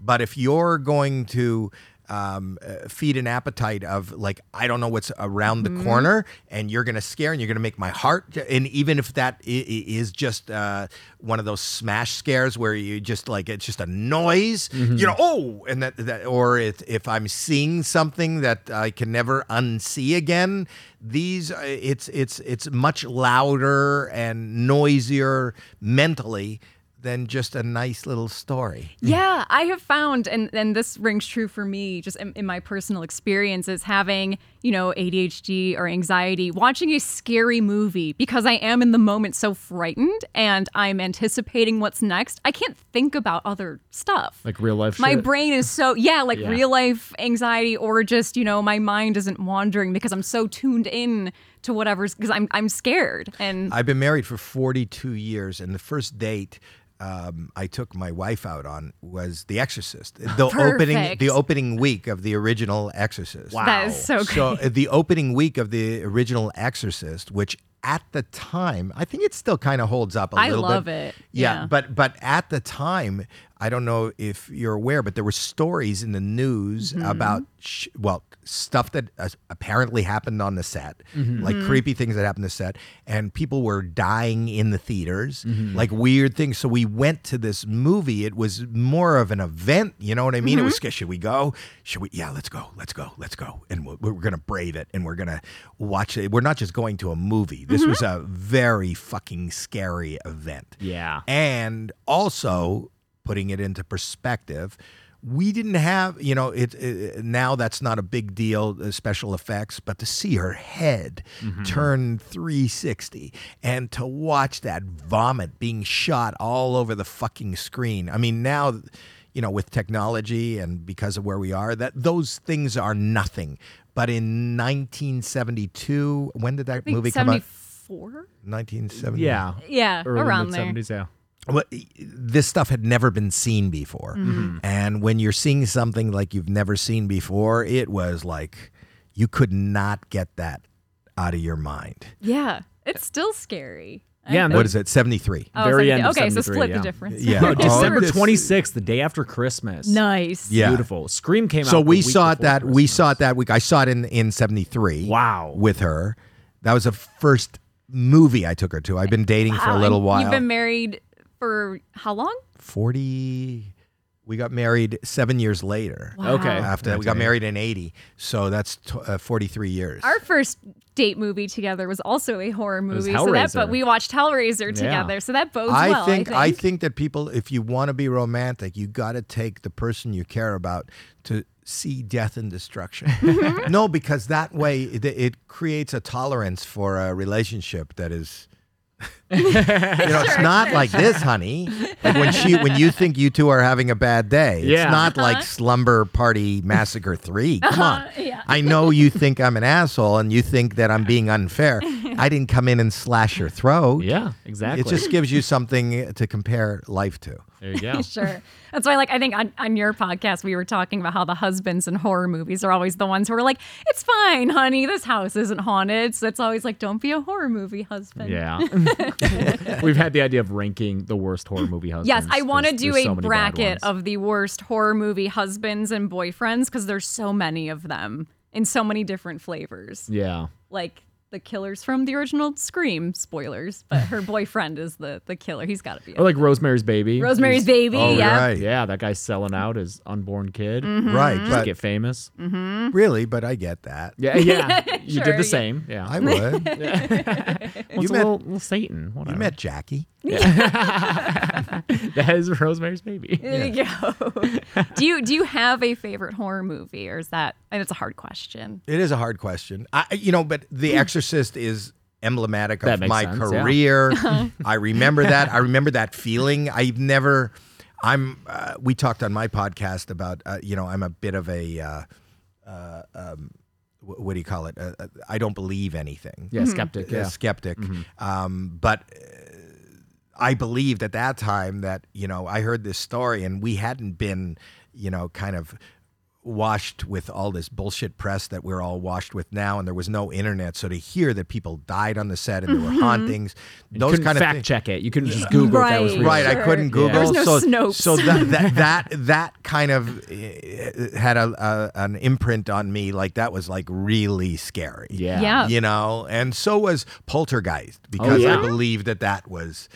Speaker 6: but if you're going to um, uh, feed an appetite of like I don't know what's around the corner, and you're gonna scare, and you're gonna make my heart. And even if that i- i- is just uh, one of those smash scares where you just like it's just a noise, you know, oh, and that that, or if if I'm seeing something that I can never unsee again, these uh, it's it's it's much louder and noisier mentally than just a nice little story.
Speaker 8: Yeah, I have found, and, and this rings true for me just in, in my personal experiences, having, you know, ADHD or anxiety, watching a scary movie because I am in the moment so frightened and I'm anticipating what's next. I can't think about other stuff.
Speaker 5: Like real life
Speaker 8: my
Speaker 5: shit?
Speaker 8: brain is so, yeah, like
Speaker 5: Yeah.
Speaker 8: real life anxiety or just, you know, my mind isn't wandering because I'm so tuned in to whatever's, because I'm, I'm scared. And
Speaker 6: I've been married for 42 years, and the first date um, I took my wife out on was The Exorcist. The opening
Speaker 8: Perfect.
Speaker 6: the opening week of the original Exorcist. Wow.
Speaker 8: that is so great.
Speaker 6: So uh, the opening week of the original Exorcist, which at the time, I think it still kind of holds up a
Speaker 8: I
Speaker 6: little
Speaker 8: love
Speaker 6: bit.
Speaker 8: it.
Speaker 6: Yeah,
Speaker 8: Yeah.
Speaker 6: but but at the time, I don't know if you're aware, but there were stories in the news about sh- well stuff that uh, apparently happened on the set, like creepy things that happened to set, and people were dying in the theaters, like weird things. So we went to this movie. It was more of an event, you know what I mean? It was sca- should we go? Should we? Yeah, let's go, let's go, let's go, and we're, we're gonna brave it, and we're gonna watch it. We're not just going to a movie. This was a very fucking scary event
Speaker 5: Yeah.
Speaker 6: and also putting it into perspective we didn't have you know it, it- now that's not a big deal uh, special effects but to see her head turn 360 and to watch that vomit being shot all over the fucking screen i mean now you know with technology and because of where we are that those things are nothing but in 1972 when did that
Speaker 8: I think
Speaker 6: movie come out
Speaker 8: 74?
Speaker 6: 1970
Speaker 5: Yeah.
Speaker 8: Yeah,
Speaker 5: Early
Speaker 8: around
Speaker 5: mid
Speaker 8: there.
Speaker 5: 70s, yeah.
Speaker 6: what e, this stuff had never been seen before
Speaker 5: Mm-hmm.
Speaker 6: and when you're seeing something like you've never seen before it was like you could not get that out of your mind
Speaker 8: Yeah, it's still scary.
Speaker 5: Yeah, and
Speaker 6: what is it 73
Speaker 8: Oh,
Speaker 5: Very
Speaker 8: 73.
Speaker 5: end of
Speaker 8: okay, so
Speaker 5: 73,
Speaker 8: split
Speaker 5: yeah.
Speaker 8: the difference.
Speaker 6: Yeah.
Speaker 5: No,
Speaker 6: Oh,
Speaker 5: December
Speaker 6: this-
Speaker 5: 26th, the day after Christmas.
Speaker 8: Nice.
Speaker 6: Yeah.
Speaker 5: Beautiful. Scream came out.
Speaker 6: so
Speaker 5: the
Speaker 6: we
Speaker 5: week
Speaker 6: saw it
Speaker 5: before
Speaker 6: that we
Speaker 5: Christmas.
Speaker 6: saw it that week i saw it in in 73
Speaker 5: Wow.
Speaker 6: with her that was the first movie i took her to i've been dating for
Speaker 8: Wow,
Speaker 6: a
Speaker 8: and
Speaker 6: little while
Speaker 8: Um, You've been married for how long?
Speaker 6: 40 we got married seven years later
Speaker 5: Okay.
Speaker 6: after that we got married in 80 so that's t- uh, 43 years
Speaker 8: Our first date movie together was also a horror
Speaker 5: was
Speaker 8: movie. so that,
Speaker 5: Hellraiser.
Speaker 8: but we watched Hellraiser
Speaker 5: Yeah.
Speaker 8: together. So that bodes
Speaker 6: I
Speaker 8: well.
Speaker 6: think,
Speaker 8: I think.
Speaker 6: that people, if you want to be romantic, you got to take the person you care about to see death and destruction.
Speaker 8: Mm-hmm.
Speaker 6: no, because that way it, it creates a tolerance for a relationship that is. you know, it's not like this, honey. Like when she, when you think you two are having a bad day,
Speaker 5: Yeah.
Speaker 6: it's not
Speaker 8: Uh-huh.
Speaker 6: like Slumber Party Massacre Three. Come on, I know you think I'm an asshole and you think that I'm being unfair. I didn't come in and slash your throat.
Speaker 5: Yeah, exactly.
Speaker 6: It just gives you something to compare life to.
Speaker 5: there you go.
Speaker 8: Sure. That's why, like, I think on, on your podcast, we were talking about how the husbands in horror movies are always the ones who are like, it's fine, honey. This house isn't haunted. So it's always like, don't be a horror movie husband.
Speaker 5: Yeah. We've had the idea of ranking the worst horror movie husbands.
Speaker 8: Yes, I
Speaker 5: 'cause
Speaker 8: want to do
Speaker 5: there's so
Speaker 8: a
Speaker 5: many bad
Speaker 8: bracket
Speaker 5: ones.
Speaker 8: of the worst horror movie husbands and boyfriends because there's so many of them in so many different flavors.
Speaker 5: Yeah.
Speaker 8: Like the killers from the original Scream, spoilers, but her boyfriend is the the killer. He's got to be.
Speaker 5: Or like Rosemary's Baby.
Speaker 8: Rosemary's Baby,
Speaker 6: Oh,
Speaker 8: yeah.
Speaker 6: right,
Speaker 5: Yeah, that guy's selling out his unborn kid.
Speaker 8: Mm-hmm.
Speaker 6: right.
Speaker 5: Mm-hmm. Just
Speaker 6: But
Speaker 5: get famous.
Speaker 6: really, but I get that.
Speaker 5: Yeah, yeah. you
Speaker 8: Sure,
Speaker 5: did the
Speaker 8: yeah.
Speaker 5: same. Yeah.
Speaker 6: I
Speaker 5: Well,
Speaker 6: would.
Speaker 5: it's a
Speaker 6: met-
Speaker 5: little, little Satan. Whatever.
Speaker 6: you met Jackie.
Speaker 5: That is Rosemary's Baby.
Speaker 8: There you go. do you do you have a favorite horror movie, or is that? And it's a hard question.
Speaker 6: It is a hard question. I, you know, but The Exorcist is emblematic
Speaker 5: Hmm. That
Speaker 6: of
Speaker 5: makes
Speaker 6: my
Speaker 5: sense, yeah.
Speaker 6: career. I remember that. I remember that feeling. I've never. I'm. Uh, we talked on my podcast about. Uh, you know, I'm a bit of a. Uh, uh, um, wh- what do you call it? Uh, uh, I don't believe anything.
Speaker 5: Yeah,
Speaker 8: Mm-hmm.
Speaker 5: skeptic.
Speaker 6: a
Speaker 5: Yeah.
Speaker 6: uh,
Speaker 5: Mm-hmm.
Speaker 6: skeptic. Um, but uh, I believed at that time that you know I heard this story, and we hadn't been you know kind of washed with all this bullshit press that we're all washed with now, and there was no internet. So to hear that people died on the set and there
Speaker 8: Mm-hmm.
Speaker 6: were hauntings, those
Speaker 5: couldn't
Speaker 6: kind of
Speaker 5: fact
Speaker 6: things.
Speaker 5: check it. You couldn't just Google if that was
Speaker 8: Right.
Speaker 5: real.
Speaker 6: Right, I
Speaker 8: Sure.
Speaker 6: couldn't Google.
Speaker 8: There's no
Speaker 6: so,
Speaker 8: Snopes.
Speaker 6: so that that that, that kind of uh, had a, a an imprint on me. Like that was like really scary.
Speaker 5: Yeah.
Speaker 8: Yeah.
Speaker 6: you know, and so was
Speaker 8: Oh,
Speaker 6: Poltergeist because
Speaker 5: yeah.
Speaker 6: I believe that that was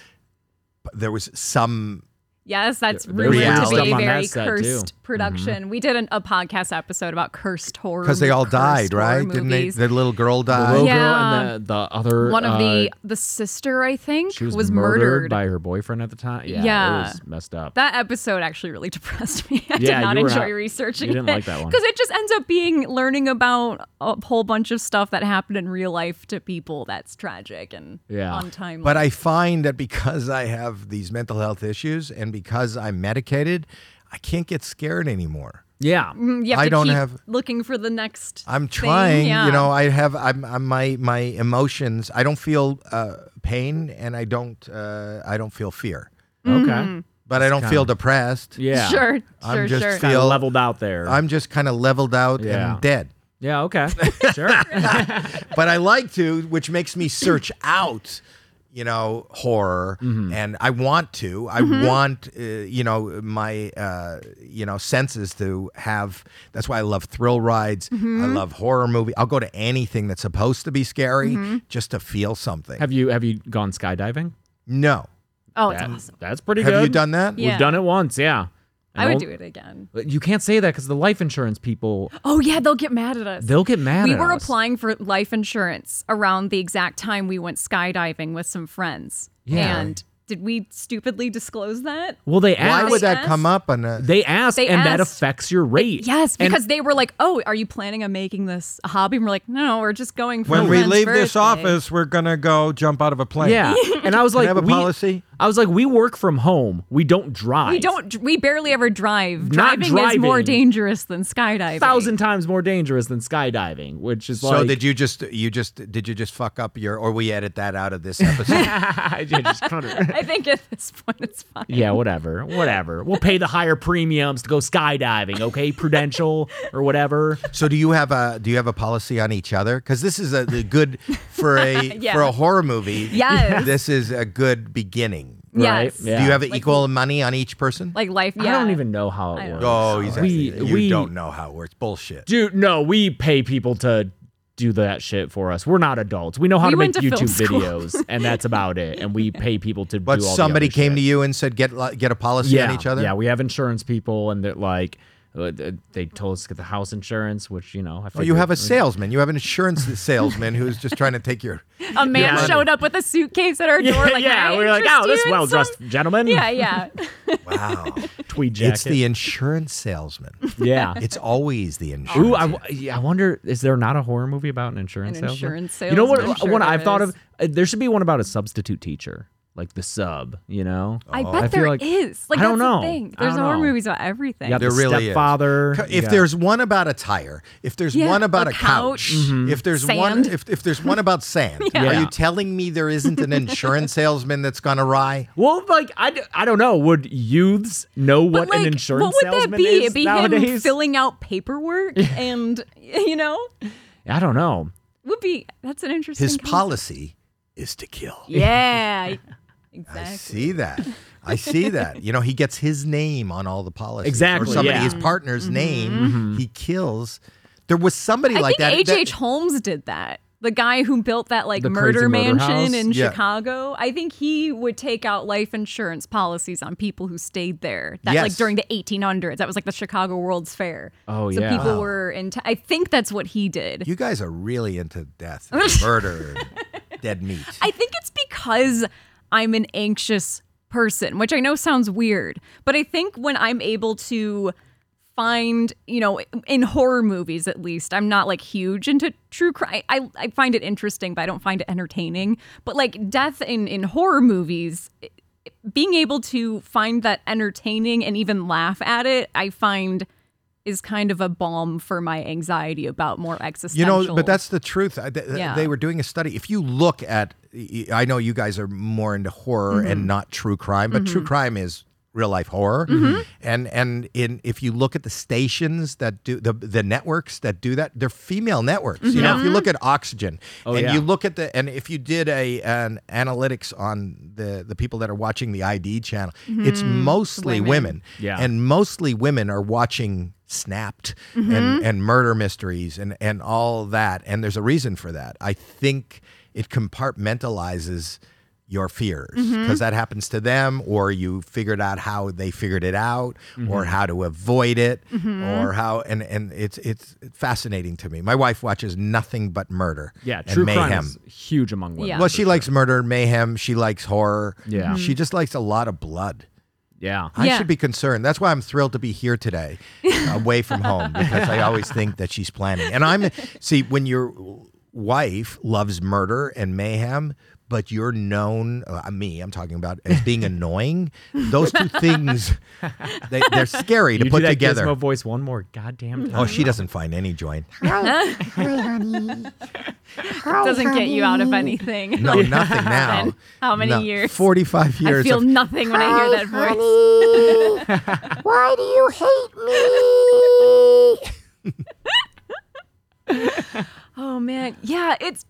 Speaker 6: there was some
Speaker 8: Yes, that's
Speaker 5: There was
Speaker 8: rumored to
Speaker 6: reality
Speaker 8: be a
Speaker 5: on that
Speaker 8: very
Speaker 5: set,
Speaker 8: cursed
Speaker 5: too. Mm-hmm.
Speaker 8: production. We did an, a podcast episode about cursed horror
Speaker 6: because they all
Speaker 8: cursed
Speaker 6: died,
Speaker 8: horror
Speaker 6: right? Didn't they?
Speaker 8: movies.
Speaker 6: The little girl
Speaker 5: The
Speaker 6: died.
Speaker 5: little girl
Speaker 8: Yeah.
Speaker 5: and the, the other
Speaker 8: One of the
Speaker 5: uh,
Speaker 8: the sister, I think,
Speaker 5: she was,
Speaker 8: was
Speaker 5: murdered, by her boyfriend at the time. Yeah,
Speaker 8: Yeah.
Speaker 5: it was messed up.
Speaker 8: That episode actually really depressed me.
Speaker 5: Yeah,
Speaker 8: I did not
Speaker 5: you were
Speaker 8: enjoy
Speaker 5: not-
Speaker 8: researching
Speaker 5: you didn't like that one.
Speaker 8: Because it just ends up being learning about a whole bunch of stuff that happened in real life to people that's tragic and
Speaker 5: Yeah.
Speaker 8: untimely.
Speaker 6: But I find that because I have these mental health issues and because I'm medicated, I can't get scared anymore.
Speaker 5: yeah,
Speaker 8: you have
Speaker 6: I
Speaker 8: to
Speaker 6: don't
Speaker 8: keep
Speaker 6: have-
Speaker 8: looking for the next.
Speaker 6: I'm
Speaker 8: thing,
Speaker 6: trying,
Speaker 8: yeah.
Speaker 6: you know. I have I'm, I'm my my emotions. I don't feel uh, pain, and I don't uh, I don't feel fear,
Speaker 5: okay,
Speaker 6: but I don't feel depressed.
Speaker 5: yeah,
Speaker 8: Mm-hmm. Sure, sure,
Speaker 6: I'm just
Speaker 8: sure.
Speaker 5: Kind
Speaker 6: feel-
Speaker 5: of leveled out there.
Speaker 6: I'm just kind of leveled out
Speaker 5: Yeah.
Speaker 6: and dead.
Speaker 5: yeah, okay, sure.
Speaker 6: but I like to, which makes me search out, you know, horror,
Speaker 5: Mm-hmm.
Speaker 6: and I want to. I want, uh, you know, my, uh, you know, senses to have. That's why I love thrill rides. I
Speaker 5: Mm-hmm.
Speaker 6: love horror movie. I'll go to anything that's supposed to be scary just to feel something.
Speaker 5: Mm-hmm. have you have you gone skydiving?
Speaker 6: no,
Speaker 8: oh, it's
Speaker 5: That-
Speaker 8: awesome.
Speaker 5: That's pretty
Speaker 6: have
Speaker 5: good.
Speaker 6: you done that?
Speaker 5: We've
Speaker 8: Yeah.
Speaker 5: done it once. Yeah,
Speaker 8: I would do it again.
Speaker 5: it. You can't say that because the life insurance people
Speaker 8: Oh yeah, they'll get mad at us.
Speaker 5: they'll get mad.
Speaker 8: we
Speaker 5: at
Speaker 8: were
Speaker 5: us.
Speaker 8: applying for life insurance around the exact time we went skydiving with some friends.
Speaker 5: Yeah.
Speaker 8: And did we stupidly disclose that?
Speaker 5: Well, they
Speaker 6: Why
Speaker 5: asked.
Speaker 6: would that
Speaker 8: asked-
Speaker 6: come up on a?
Speaker 5: they asked,
Speaker 8: They
Speaker 5: and that
Speaker 8: asked.
Speaker 5: affects your rate.
Speaker 8: Yes,
Speaker 5: And-
Speaker 8: because they were like, "Oh, are you planning on making this a hobby?" And we're like, "No, no, we're just going for
Speaker 10: When
Speaker 8: a
Speaker 10: we
Speaker 8: friend's
Speaker 10: leave this
Speaker 8: birthday."
Speaker 10: office, we're gonna go jump out of a plane.
Speaker 5: Yeah, and I was like,
Speaker 6: I have a
Speaker 5: we-
Speaker 6: policy?
Speaker 5: I was like, we work from home. We don't drive.
Speaker 8: we don't. We barely ever drive.
Speaker 5: Not
Speaker 8: Driving, is more
Speaker 5: driving.
Speaker 8: dangerous than skydiving.
Speaker 5: thousand times more dangerous than skydiving, which is
Speaker 6: so
Speaker 5: like
Speaker 6: did you just you just did you just fuck up your or we edit that out of this episode?
Speaker 5: I just cut her.
Speaker 8: I think at this point it's fine.
Speaker 5: Yeah, whatever, whatever. We'll pay the higher premiums to go skydiving, okay? Prudential or whatever.
Speaker 6: So do you have a do you have a policy on each other? Because this is a, the good for a
Speaker 8: Yeah.
Speaker 6: for a horror movie.
Speaker 8: Yes.
Speaker 6: this is a good beginning.
Speaker 5: Right?
Speaker 8: Yes.
Speaker 5: Yeah.
Speaker 6: Do you have
Speaker 8: Like-
Speaker 6: equal money on each person?
Speaker 8: Like life. Yeah.
Speaker 5: I don't even know how it
Speaker 8: I
Speaker 5: works.
Speaker 8: don't
Speaker 6: oh, exactly.
Speaker 5: We,
Speaker 6: you
Speaker 5: we
Speaker 6: don't know how it works. Bullshit.
Speaker 5: Dude, no, we pay people to do that shit for us. We're not adults. We know how
Speaker 8: We
Speaker 5: to make
Speaker 8: went to film
Speaker 5: YouTube
Speaker 8: school.
Speaker 5: videos, and that's about it. And we pay people to
Speaker 6: But
Speaker 5: do all
Speaker 6: somebody
Speaker 5: the other
Speaker 6: came
Speaker 5: shit.
Speaker 6: to you and said get li- get a policy on each other.
Speaker 5: Yeah, we have insurance people, and they're like, uh, th- they told us to get the house insurance, which you know. I
Speaker 6: Or Oh, you
Speaker 5: figured-
Speaker 6: have a salesman. You have an insurance salesman who's just trying to take your.
Speaker 8: A man
Speaker 5: Yeah.
Speaker 8: showed up with a suitcase at our
Speaker 5: Yeah,
Speaker 8: door. Like,
Speaker 5: yeah,
Speaker 8: "May I
Speaker 5: we're like,
Speaker 8: interest
Speaker 5: oh,
Speaker 8: you
Speaker 5: this
Speaker 8: in
Speaker 5: well dressed
Speaker 8: some-"
Speaker 5: gentleman.
Speaker 8: Yeah, yeah.
Speaker 6: Wow,
Speaker 5: tweed jacket.
Speaker 6: it's the insurance salesman.
Speaker 5: yeah.
Speaker 6: It's always the insurance.
Speaker 5: Ooh, I, w- yeah, I wonder, is there not a horror movie about an insurance
Speaker 8: An
Speaker 5: salesman?
Speaker 8: insurance
Speaker 5: You know what?
Speaker 8: salesman, I'm
Speaker 5: one
Speaker 8: sure
Speaker 5: I've
Speaker 8: there
Speaker 5: thought
Speaker 8: is.
Speaker 5: of. Uh, there should be one about a substitute teacher, like the sub. You know,
Speaker 8: I
Speaker 6: Oh.
Speaker 8: bet
Speaker 5: Oh. I
Speaker 8: there
Speaker 5: feel
Speaker 8: is.
Speaker 5: like-
Speaker 8: Like
Speaker 5: I don't
Speaker 8: that's the
Speaker 5: know.
Speaker 8: thing.
Speaker 5: I
Speaker 8: There's
Speaker 5: don't
Speaker 8: horror
Speaker 5: know.
Speaker 8: movies about everything.
Speaker 5: you got
Speaker 6: There
Speaker 5: the
Speaker 6: really is.
Speaker 5: stepfather.
Speaker 6: Co-
Speaker 5: you
Speaker 6: If
Speaker 5: got-
Speaker 6: there's one about a tire, if there's
Speaker 8: Yeah,
Speaker 6: one about
Speaker 8: a
Speaker 6: a, couch,
Speaker 8: couch.
Speaker 5: Mm-hmm.
Speaker 6: if there's one
Speaker 8: Sand.
Speaker 6: if, if there's one about sand,
Speaker 5: Yeah.
Speaker 6: are
Speaker 5: Yeah.
Speaker 6: you telling me there isn't an insurance salesman that's gone awry?
Speaker 5: well, like I, d- I don't know. Would youths know what
Speaker 8: But like,
Speaker 5: an insurance
Speaker 8: what would that
Speaker 5: salesman
Speaker 8: be?
Speaker 5: is
Speaker 8: It'd be him
Speaker 5: nowadays?
Speaker 8: filling out paperwork, and you know,
Speaker 5: I don't know.
Speaker 8: would be that's an interesting.
Speaker 6: His
Speaker 8: concept.
Speaker 6: policy is to kill.
Speaker 8: Yeah,
Speaker 6: I
Speaker 8: exactly.
Speaker 6: see that. I see that. You know, he gets his name on all the policies.
Speaker 5: Exactly,
Speaker 6: Or somebody
Speaker 5: yeah. Mm-hmm.
Speaker 6: his partner's name, he kills. There was somebody
Speaker 8: Mm-hmm. I
Speaker 6: like
Speaker 8: think H.H.
Speaker 6: that. that-
Speaker 8: Holmes did that. The guy who built that like
Speaker 5: The crazy murder
Speaker 8: murder mansion
Speaker 5: house?
Speaker 8: in
Speaker 6: Yeah.
Speaker 8: Chicago, I think he would take out life insurance policies on people who stayed there. That like
Speaker 6: Yes.
Speaker 8: during the 1800s, that was like the Chicago World's Fair.
Speaker 5: Oh,
Speaker 8: so
Speaker 5: yeah.
Speaker 8: people
Speaker 5: Wow.
Speaker 8: were in. I think that's what he did.
Speaker 6: you guys are really into death, and murder, and dead meat.
Speaker 8: I think it's because I'm an anxious person, which I know sounds weird, but I think when I'm able to find, you know, in horror movies at least, I'm not like huge into true crime. I, I find it interesting, but I don't find it entertaining. But like death in, in horror movies, it- being able to find that entertaining and even laugh at it, I find is kind of a balm for my anxiety about more
Speaker 6: You
Speaker 8: existential.
Speaker 6: know, but that's the truth. I- th- th-
Speaker 8: Yeah.
Speaker 6: They were doing a study. If you look
Speaker 8: Mm-hmm.
Speaker 6: at, I know you guys are more into horror and not true crime, but true crime is real life horror.
Speaker 8: Mm-hmm.
Speaker 6: And and in if you look at the stations that do the the networks that do that, they're female networks. You know, if
Speaker 8: Mm-hmm.
Speaker 6: you look at Oxygen and
Speaker 5: yeah.
Speaker 6: you look at the and if you did a an analytics on the the people that are watching the ID channel, it's
Speaker 8: Mm-hmm.
Speaker 6: mostly women.
Speaker 5: Yeah.
Speaker 6: And mostly women are watching Snapped
Speaker 5: Mm-hmm.
Speaker 6: and, and murder mysteries and, and all that. And there's a reason for that. I think it compartmentalizes your fears because
Speaker 5: Mm-hmm.
Speaker 6: that happens to them, or you figured out how they figured it out,
Speaker 5: Mm-hmm.
Speaker 6: or how to avoid it, or how and and it's it's fascinating to me. My wife watches nothing but murder.
Speaker 5: Yeah,
Speaker 6: and
Speaker 5: true
Speaker 6: mayhem.
Speaker 5: crime is huge among women.
Speaker 8: Yeah.
Speaker 6: Well, she likes murder, mayhem. She likes horror.
Speaker 5: Yeah.
Speaker 6: she just likes a lot of blood.
Speaker 5: Yeah.
Speaker 6: I
Speaker 8: Yeah.
Speaker 6: should be concerned. That's why I'm thrilled to be here today, away from home, because I always think that she's planning. And I'm see when your wife loves murder and mayhem, but you're known uh, me. I'm talking about as being annoying. Those two things, they, they're scary to
Speaker 5: you
Speaker 6: put
Speaker 5: do that
Speaker 6: together.
Speaker 5: gizmo voice one more goddamn time.
Speaker 6: Oh, she doesn't find any joy.
Speaker 8: Doesn't get you out of anything.
Speaker 6: No,
Speaker 8: Like,
Speaker 6: nothing now.
Speaker 8: then How many
Speaker 6: No,
Speaker 8: years?
Speaker 6: Forty-five
Speaker 8: I
Speaker 6: years.
Speaker 8: feel
Speaker 6: of-
Speaker 8: nothing when I hear that voice.
Speaker 9: Honey, why do you hate me?
Speaker 8: Oh man, yeah, it's.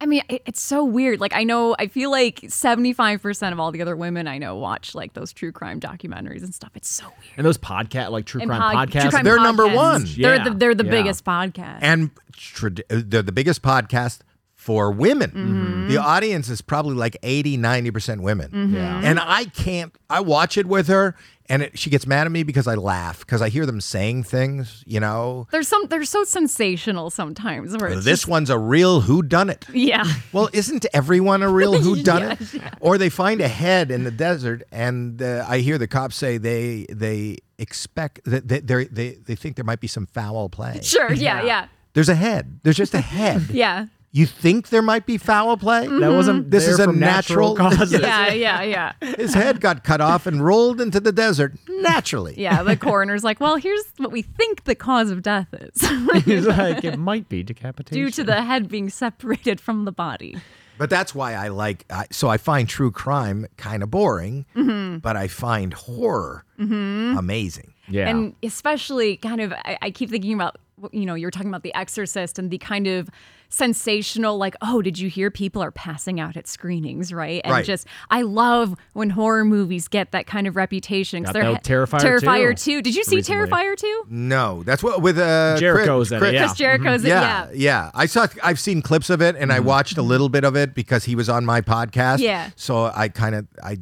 Speaker 8: I mean, it, it's so weird. Like, I know, I feel like seventy-five percent of all the other women I know watch like those true crime documentaries and stuff. It's so weird.
Speaker 5: and those podcast like true
Speaker 8: And
Speaker 5: crime
Speaker 8: pod- true
Speaker 5: podcasts.
Speaker 8: crime
Speaker 6: They're number
Speaker 8: podcasts.
Speaker 6: one.
Speaker 8: They're the they're the
Speaker 5: Yeah.
Speaker 8: biggest podcast.
Speaker 6: and trad- they're the biggest podcast for women.
Speaker 8: Mm-hmm.
Speaker 6: The audience is probably like 80, 90% women.
Speaker 8: Mm-hmm.
Speaker 5: Yeah.
Speaker 6: And I can't, I watch it with her and it, she gets mad at me because I laugh because I hear them saying things, you know.
Speaker 8: There's some they're so sensational sometimes. Where it's
Speaker 6: This
Speaker 8: just-
Speaker 6: one's a real who done it.
Speaker 8: yeah,
Speaker 6: Well, isn't everyone a real who done it? Or they find a head in the desert, and uh, I hear the cops say they they expect that they, they they they think there might be some foul play.
Speaker 8: sure, yeah, yeah,
Speaker 6: There's a head. There's just a head.
Speaker 8: yeah,
Speaker 6: You think there might be foul play?
Speaker 5: That wasn't.
Speaker 6: This
Speaker 5: there
Speaker 6: is a
Speaker 5: from natural,
Speaker 6: natural-
Speaker 5: causes.
Speaker 8: mm-hmm. yeah, yeah, yeah, yeah.
Speaker 6: His head got cut off and rolled into the desert naturally.
Speaker 8: The coroner's like, well, here's what we think the cause of death is.
Speaker 5: He's like, it might be decapitation.
Speaker 8: Due to the head being separated from the body.
Speaker 6: But that's why I like. I, so I find true crime kind of boring, but I find horror amazing.
Speaker 5: yeah.
Speaker 8: And especially kind of, I, I keep thinking about, you know, you're talking about The Exorcist and the kind of sensational, like, oh, did you hear people are passing out at screenings, right? And
Speaker 6: Right.
Speaker 8: just, I love when horror movies get that kind of reputation.
Speaker 5: Got
Speaker 8: 'cause they're
Speaker 5: that Terrifier 2
Speaker 8: 2. Did you see
Speaker 5: recently.
Speaker 8: Terrifier 2?
Speaker 6: No, that's what with uh,
Speaker 5: Jericho's in it, Mm-hmm. yeah.
Speaker 8: Chris Jericho's,
Speaker 6: Yeah, yeah,
Speaker 8: yeah.
Speaker 6: I saw. I've seen clips of it, and
Speaker 5: Mm-hmm.
Speaker 6: I watched a little bit of it because he was on my podcast.
Speaker 8: Yeah.
Speaker 6: So I kind of I,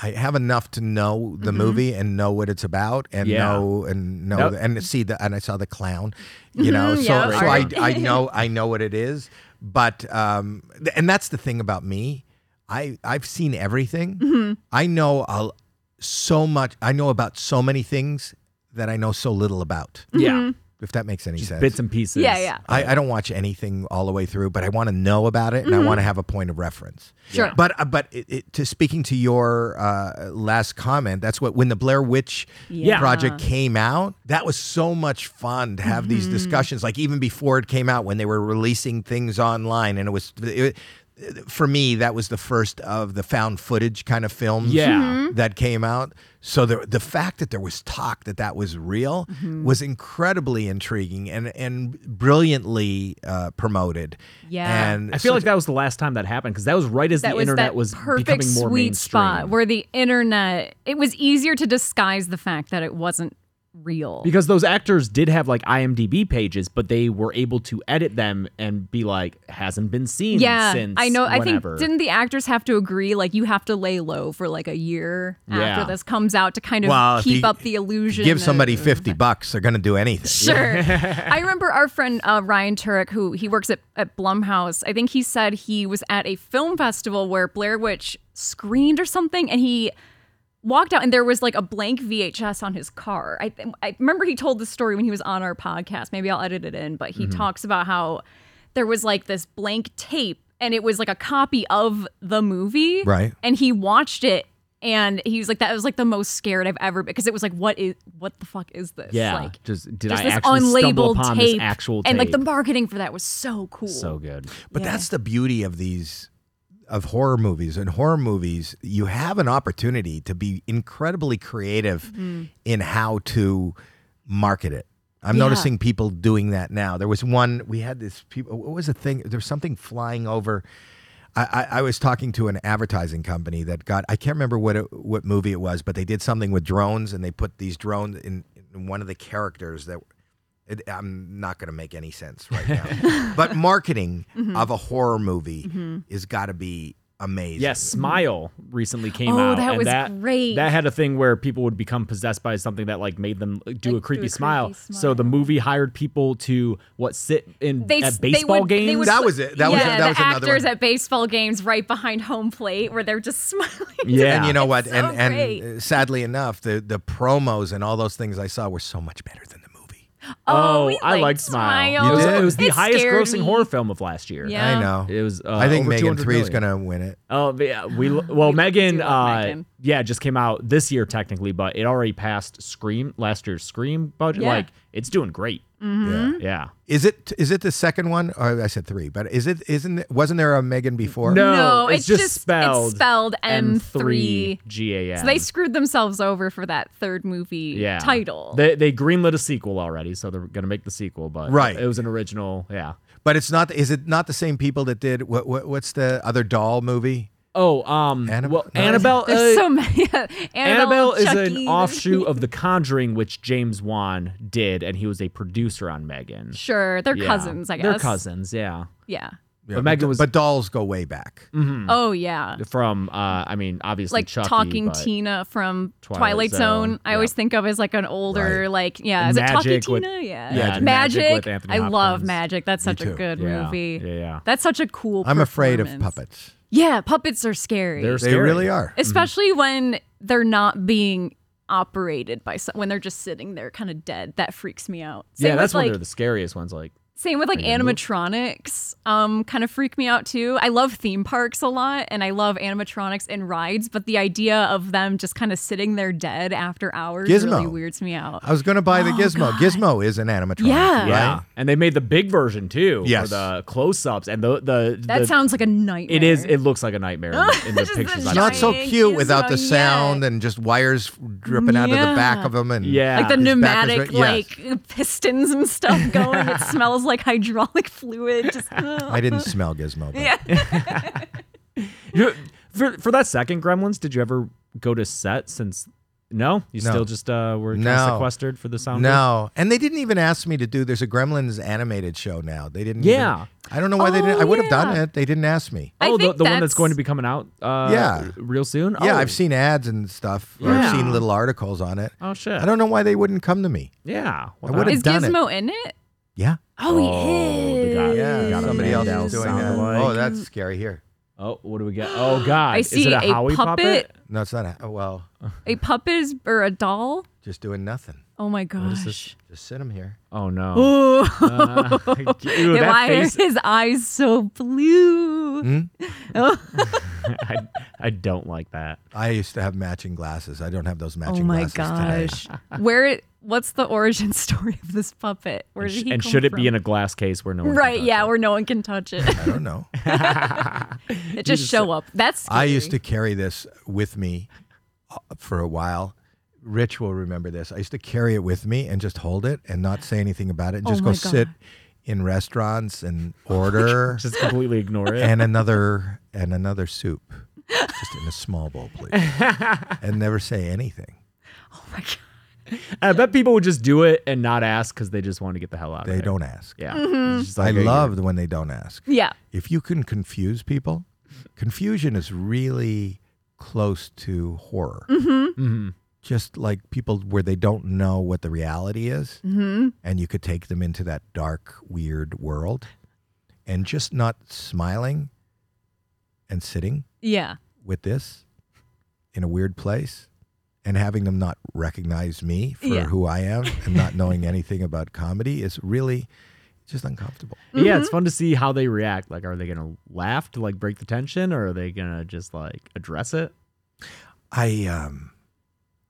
Speaker 6: I have enough to know
Speaker 8: Mm-hmm.
Speaker 6: the movie and know what it's about, and
Speaker 5: Yeah.
Speaker 6: know and know
Speaker 5: Yep.
Speaker 6: and see the and I saw the clown, you know.
Speaker 8: Mhm,
Speaker 6: so
Speaker 8: yeah,
Speaker 6: so I
Speaker 8: right.
Speaker 6: I know I know what it is, but um th- and that's the thing about me, I I've seen everything.
Speaker 8: Mm-hmm.
Speaker 6: I know i so much. I know about so many things that I know so little about.
Speaker 5: yeah.
Speaker 6: If that makes any sense.
Speaker 5: Bits and pieces.
Speaker 8: mm-hmm. Yeah, yeah.
Speaker 6: I, I don't watch anything all the way through, but I want to know about it and I want to have a point of reference.
Speaker 8: Sure.
Speaker 6: But uh, but it, it, to speaking to your uh, last comment, that's what when the Blair Witch
Speaker 5: Yeah.
Speaker 6: project came out, that was so much fun to have these discussions. Like even before it came out, when they were releasing things online, and it was. It, for me, that was the first of the found footage kind of films
Speaker 5: Yeah.
Speaker 8: Mm-hmm.
Speaker 6: that came out. So the the fact that there was talk that that was real
Speaker 8: Mm-hmm.
Speaker 6: was incredibly intriguing and and brilliantly uh, promoted.
Speaker 8: Yeah.
Speaker 6: and
Speaker 5: I feel
Speaker 6: so-
Speaker 5: like that was the last time that happened because that was right as
Speaker 8: that
Speaker 5: the
Speaker 8: was
Speaker 5: internet
Speaker 8: that
Speaker 5: was
Speaker 8: perfect
Speaker 5: becoming more
Speaker 8: sweet
Speaker 5: mainstream.
Speaker 8: spot where the internet it was easier to disguise the fact that it wasn't real
Speaker 5: because those actors did have like IMDb pages, but they were able to edit them and be like, hasn't been seen
Speaker 8: yeah
Speaker 5: since.
Speaker 8: i know
Speaker 5: whenever.
Speaker 8: i think didn't the actors have to agree like you have to lay low for like a year
Speaker 5: Yeah.
Speaker 8: after this comes out to kind of
Speaker 6: Well, if
Speaker 8: keep
Speaker 6: you
Speaker 8: up the illusion
Speaker 6: give somebody
Speaker 8: of-
Speaker 6: fifty bucks, they're gonna do anything.
Speaker 8: Sure. I remember our friend uh, Ryan Turek, who he works at, at Blumhouse. I think he said he was at a film festival where Blair Witch screened or something, and he walked out and there was like a blank VHS on his car. I, th- I remember he told this story when he was on our podcast. Maybe I'll edit it in, but he talks about how there was like this blank tape and it was like a copy of the movie.
Speaker 6: Right.
Speaker 8: And he watched it and he was like, that was like the most scared I've ever because it was like, what is, what the fuck is this?
Speaker 5: Yeah,
Speaker 8: Like,
Speaker 5: just did
Speaker 8: there's
Speaker 5: I
Speaker 8: this
Speaker 5: actually stumble
Speaker 8: unlabeled
Speaker 5: upon
Speaker 8: tape
Speaker 5: this actual tape?
Speaker 8: and like the marketing for that was so cool.
Speaker 5: so good.
Speaker 6: But that's the beauty of these of horror movies. In horror movies, you have an opportunity to be incredibly creative in how to market it. I'm
Speaker 4: Yeah.
Speaker 6: noticing people doing that now. There was one we had this people. What was the thing? There was something flying over. I, I, I was talking to an advertising company that got I can't remember what it, what movie it was, but they did something with drones and they put these drones in, in one of the characters that it, I'm not going to make any sense right now. but marketing
Speaker 8: Mm-hmm.
Speaker 6: of a horror movie is got to be amazing.
Speaker 5: Yes, Smile recently came
Speaker 8: Oh,
Speaker 5: out.
Speaker 8: that
Speaker 5: and
Speaker 8: was
Speaker 5: that,
Speaker 8: great.
Speaker 5: That had a thing where people would become possessed by something that like made them do a
Speaker 8: do
Speaker 5: creepy
Speaker 8: a
Speaker 5: smile.
Speaker 8: creepy
Speaker 5: So the
Speaker 8: smile.
Speaker 5: movie hired people to what sit in
Speaker 8: They s-
Speaker 5: at
Speaker 8: they
Speaker 5: baseball
Speaker 8: would- they
Speaker 5: games.
Speaker 8: would
Speaker 6: That was it. That was
Speaker 8: yeah,
Speaker 6: it. That
Speaker 8: the
Speaker 6: was another
Speaker 8: actors
Speaker 6: one.
Speaker 8: at baseball games right behind home plate where they're just smiling.
Speaker 5: yeah,
Speaker 6: And you know what?
Speaker 8: It's so
Speaker 6: and and
Speaker 8: great.
Speaker 6: uh, sadly enough, the the promos and all those things I saw were so much better than the movie.
Speaker 5: Oh,
Speaker 8: we
Speaker 5: I liked
Speaker 8: liked
Speaker 5: Smile.
Speaker 8: Smile.
Speaker 5: It was,
Speaker 6: You did?
Speaker 5: it was the
Speaker 8: It
Speaker 5: highest
Speaker 8: scared
Speaker 5: grossing
Speaker 8: me.
Speaker 5: horror film of last year.
Speaker 8: Yeah.
Speaker 6: I know.
Speaker 5: It was. Uh,
Speaker 6: I think
Speaker 5: over
Speaker 6: Megan
Speaker 5: 200
Speaker 6: Three is
Speaker 5: million.
Speaker 6: going to win it.
Speaker 5: Oh yeah, we lo- well Megan,
Speaker 8: do
Speaker 5: uh,
Speaker 8: love Megan.
Speaker 5: yeah, just came out this year technically, but it already passed Scream last year's Scream budget.
Speaker 8: Yeah. Mm.
Speaker 5: Like it's doing great.
Speaker 8: Mm-hmm.
Speaker 6: Yeah.
Speaker 5: Yeah.
Speaker 6: Is it is it the second one? Or I said three, but is it isn't it, wasn't there a Megan before?
Speaker 5: No,
Speaker 8: No,
Speaker 5: it's,
Speaker 8: it's
Speaker 5: just,
Speaker 8: just- it's
Speaker 5: spelled
Speaker 8: spelled
Speaker 5: M3
Speaker 8: M3
Speaker 5: GAM.
Speaker 8: So they screwed themselves over for that third movie
Speaker 5: yeah.
Speaker 8: title.
Speaker 5: They they greenlit a sequel already, so they're gonna make the sequel. But
Speaker 6: Right.
Speaker 5: it was an original. Yeah.
Speaker 6: But it's not. Is it not the same people that did what? what what's the other doll movie?
Speaker 5: Oh, um,
Speaker 6: Annabelle-
Speaker 5: well,
Speaker 6: no.
Speaker 5: Annabelle.
Speaker 8: There's
Speaker 5: uh,
Speaker 8: so many.
Speaker 5: Annabelle
Speaker 8: Annabelle,
Speaker 5: is an
Speaker 8: Chucky.
Speaker 5: offshoot of The Conjuring, which James Wan did, and he was a producer on Megan.
Speaker 8: Sure, they're
Speaker 5: Yeah.
Speaker 8: cousins, I guess.
Speaker 5: They're cousins, yeah.
Speaker 8: Yeah.
Speaker 6: Yeah,
Speaker 5: But Megan was-
Speaker 6: But dolls go way back.
Speaker 8: Oh yeah.
Speaker 5: Mm-hmm. From, uh, I mean, obviously
Speaker 8: Like
Speaker 5: Chucky,
Speaker 8: talking
Speaker 5: but
Speaker 8: Tina from
Speaker 5: Twilight
Speaker 8: Twilight,
Speaker 5: Zone,
Speaker 8: Zone.
Speaker 5: yeah.
Speaker 8: I always think of as like an older,
Speaker 6: Right.
Speaker 8: like yeah, is it
Speaker 5: Magic
Speaker 8: Talkie
Speaker 5: with-
Speaker 8: Tina? Yeah.
Speaker 5: yeah, Magic
Speaker 8: Magic.
Speaker 5: with Anthony
Speaker 8: I love
Speaker 5: Hopkins.
Speaker 8: Magic. That's such a
Speaker 6: too.
Speaker 8: good
Speaker 5: Yeah.
Speaker 8: movie.
Speaker 5: Yeah, yeah.
Speaker 8: That's such a cool.
Speaker 6: I'm afraid of
Speaker 8: performance.
Speaker 6: puppets.
Speaker 8: Yeah, puppets are scary.
Speaker 5: They're mm-hmm.
Speaker 6: They
Speaker 5: scary.
Speaker 6: really are.
Speaker 8: especially when they're not being operated by some, when they're just sitting there kind of dead that freaks me out same
Speaker 5: yeah, that's
Speaker 8: with
Speaker 5: when
Speaker 8: like
Speaker 5: they're the scariest ones. Like,
Speaker 8: same with like animatronics um kind of freak me out too i love theme parks a lot and i love animatronics and rides but the idea of them just kind of sitting there dead after hours really
Speaker 6: Gizmo.
Speaker 8: weirds me out
Speaker 6: I was going to buy the Gizmo. Gizmo is an animatronic.
Speaker 8: Oh, Yeah.
Speaker 5: yeah,
Speaker 6: right?
Speaker 5: and they made the big version too
Speaker 6: Yes.
Speaker 5: for the close-ups and the the.
Speaker 8: that
Speaker 5: the,
Speaker 8: sounds like a nightmare
Speaker 5: It is. It looks like a nightmare in the, in the
Speaker 8: Just the
Speaker 5: pictures.
Speaker 6: It's
Speaker 5: I've
Speaker 6: not
Speaker 5: seen.
Speaker 6: so
Speaker 8: Giant
Speaker 6: cute without the
Speaker 8: Gizmo,
Speaker 6: sound
Speaker 8: yeah.
Speaker 6: and just wires dripping out of the back
Speaker 8: Yeah.
Speaker 6: of them. And
Speaker 5: Yeah.
Speaker 8: like the
Speaker 5: His
Speaker 6: back is
Speaker 8: pneumatic
Speaker 6: re- yes.
Speaker 8: like pistons and stuff going it smells like hydraulic fluid just
Speaker 6: I didn't smell Gizmo. But
Speaker 5: You- for for that second Gremlins, did you ever go to set? Since no, you
Speaker 6: No.
Speaker 5: still just uh, were kinda
Speaker 6: No.
Speaker 5: sequestered for the sound.
Speaker 6: No, and they didn't even ask me to do. There's a Gremlins animated show now. They didn't.
Speaker 5: Yeah.
Speaker 6: even- I don't know why they
Speaker 8: Oh,
Speaker 6: didn't. I would have done
Speaker 8: yeah.
Speaker 6: it. They didn't ask me.
Speaker 8: I
Speaker 5: Oh, the,
Speaker 8: think
Speaker 5: the one that's
Speaker 8: that's-
Speaker 5: going to be coming out. Uh,
Speaker 6: Yeah.
Speaker 5: real soon.
Speaker 6: Yeah,
Speaker 5: oh.
Speaker 6: I've seen ads and stuff. Or I've
Speaker 5: Yeah.
Speaker 6: seen little articles on it.
Speaker 5: Oh shit.
Speaker 6: I don't know why they wouldn't come to me.
Speaker 5: Yeah.
Speaker 6: I would've-
Speaker 8: is
Speaker 6: done it.
Speaker 8: gizmo in it
Speaker 6: Yeah.
Speaker 8: oh,
Speaker 5: Oh,
Speaker 8: he
Speaker 5: they
Speaker 8: is
Speaker 5: got-
Speaker 6: Yeah.
Speaker 5: You got a
Speaker 6: somebody else
Speaker 5: Mandel
Speaker 6: is doing
Speaker 5: sound
Speaker 6: that.
Speaker 5: alike.
Speaker 6: Oh, that's scary. Here.
Speaker 5: Oh, what do we get? Oh god.
Speaker 8: I
Speaker 5: is
Speaker 8: see
Speaker 5: it a,
Speaker 8: a
Speaker 5: Howie puppet?
Speaker 8: puppet.
Speaker 6: No, it's not. A, well,
Speaker 8: a puppet is, or a doll
Speaker 6: just doing nothing.
Speaker 8: oh my
Speaker 5: is
Speaker 8: gosh
Speaker 5: this?
Speaker 6: Just sit them here.
Speaker 5: Oh no.
Speaker 8: Ooh.
Speaker 5: Uh, ew,
Speaker 8: Yeah,
Speaker 5: that
Speaker 8: Why
Speaker 5: face- Mm.
Speaker 8: are his eyes so blue?
Speaker 6: Hmm?
Speaker 8: Oh
Speaker 5: I, I don't like that.
Speaker 6: I used to have matching glasses. I don't have those
Speaker 8: Oh
Speaker 6: matching
Speaker 8: my
Speaker 6: glasses today.
Speaker 8: gosh. Where what's the origin story of this puppet? Where did he
Speaker 5: and
Speaker 8: come
Speaker 5: should it
Speaker 8: from?
Speaker 5: be in a glass case where no one can
Speaker 8: Right,
Speaker 5: touch
Speaker 8: yeah,
Speaker 5: it?
Speaker 8: where no one can touch it.
Speaker 6: I don't know.
Speaker 8: it just show up. That's scary.
Speaker 6: I used to carry this with me uh, for a while. Rich will remember this. I used to carry it with me and just hold it and not say anything about it and
Speaker 8: Oh
Speaker 6: just go
Speaker 8: my God.
Speaker 6: sit in restaurants and order
Speaker 5: just completely ignore it.
Speaker 6: and another and another soup just in a small bowl please and never say anything.
Speaker 8: Oh my God.
Speaker 5: I bet people would just do it and not ask because they just want to get the hell out. of
Speaker 6: They
Speaker 5: there.
Speaker 6: don't ask.
Speaker 5: Yeah.
Speaker 8: Mm-hmm.
Speaker 5: It's just
Speaker 6: I
Speaker 5: like, hey,
Speaker 6: loved when they don't ask.
Speaker 8: Yeah.
Speaker 6: If you can confuse people, confusion is really close to horror.
Speaker 5: mhm.
Speaker 6: just like people where they don't know what the reality is
Speaker 8: hmm
Speaker 6: and you could take them into that dark weird world and just not smiling and sitting
Speaker 8: Yeah.
Speaker 6: with this in a weird place and having them not recognize me for
Speaker 8: Yeah.
Speaker 6: who I am and not knowing anything about comedy is really just uncomfortable.
Speaker 5: Yeah,
Speaker 8: Mm-hmm.
Speaker 5: it's fun to see how they react. Like, are they gonna laugh to like break the tension, or are they gonna just like address it?
Speaker 6: I um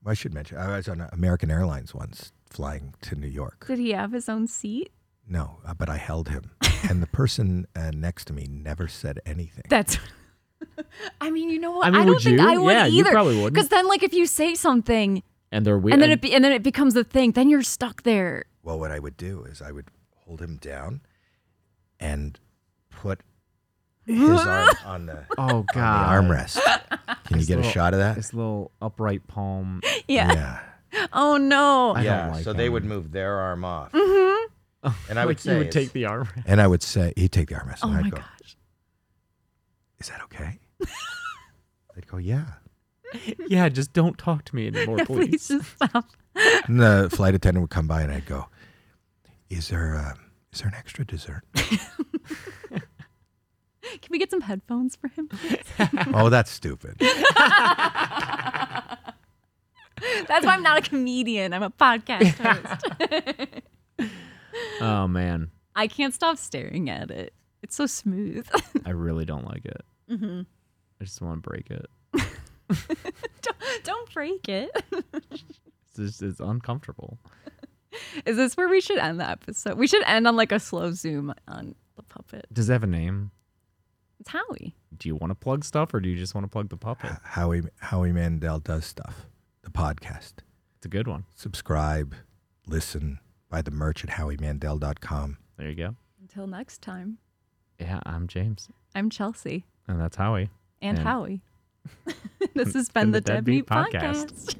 Speaker 6: I should mention I was on American Airlines once flying to New York.
Speaker 8: Did he have his own seat?
Speaker 6: No, uh, but I held him. and the person uh, next to me never said anything.
Speaker 8: That's I mean, you know what?
Speaker 5: I mean,
Speaker 8: don't
Speaker 5: would
Speaker 8: think
Speaker 5: you?
Speaker 8: I would
Speaker 5: Yeah, you
Speaker 8: either.
Speaker 5: probably wouldn't.
Speaker 8: Because then, like, if you say something
Speaker 5: and they're weird.
Speaker 8: and then it be, and then it becomes a thing, then you're stuck there.
Speaker 6: Well, what I would do is I would hold him down and put his arm on the,
Speaker 5: oh god,
Speaker 6: on the armrest. Can you get a shot of that?
Speaker 5: This little upright palm.
Speaker 8: Yeah. Oh no.
Speaker 5: I
Speaker 6: yeah.
Speaker 5: don't like
Speaker 6: so they
Speaker 5: him.
Speaker 6: would move their arm off,
Speaker 8: Mm-hmm.
Speaker 6: and I
Speaker 5: Like,
Speaker 6: would say,
Speaker 5: you would
Speaker 6: it's-
Speaker 5: take the arm.
Speaker 6: and I would say he'd take the armrest,
Speaker 8: oh
Speaker 6: and I'd
Speaker 8: my
Speaker 6: go,
Speaker 8: gosh.
Speaker 6: "Is that okay?" They'd go, "Yeah."
Speaker 5: yeah, just don't talk to me anymore,
Speaker 8: Yeah,
Speaker 5: please.
Speaker 8: please just stop.
Speaker 6: And the flight attendant would come by, and I'd go, "Is there uh, is there an extra dessert?"
Speaker 8: Can we get some headphones for him?
Speaker 6: oh, that's stupid.
Speaker 8: That's why I'm not a comedian. I'm a podcast host.
Speaker 5: Oh man,
Speaker 8: I can't stop staring at it. It's so smooth.
Speaker 5: I really don't like it. I just want to break it.
Speaker 8: don't, don't break it.
Speaker 5: It's just, it's uncomfortable.
Speaker 8: Is this where we should end the episode? We should end on like a slow zoom on the puppet.
Speaker 5: Does it have a name?
Speaker 8: It's Howie.
Speaker 5: Do you want to plug stuff or do you just want to plug the puppet?
Speaker 6: Ah. Howie Howie Mandel does stuff. The podcast.
Speaker 5: It's a good one.
Speaker 6: Subscribe, listen, buy the merch at howiemandel.com.
Speaker 5: There you go.
Speaker 8: Until next time,
Speaker 5: Yeah, I'm James,
Speaker 8: I'm Chelsea
Speaker 5: and that's Howie.
Speaker 8: and
Speaker 5: And-
Speaker 8: Howie. this has been the, Deadbeat Podcast.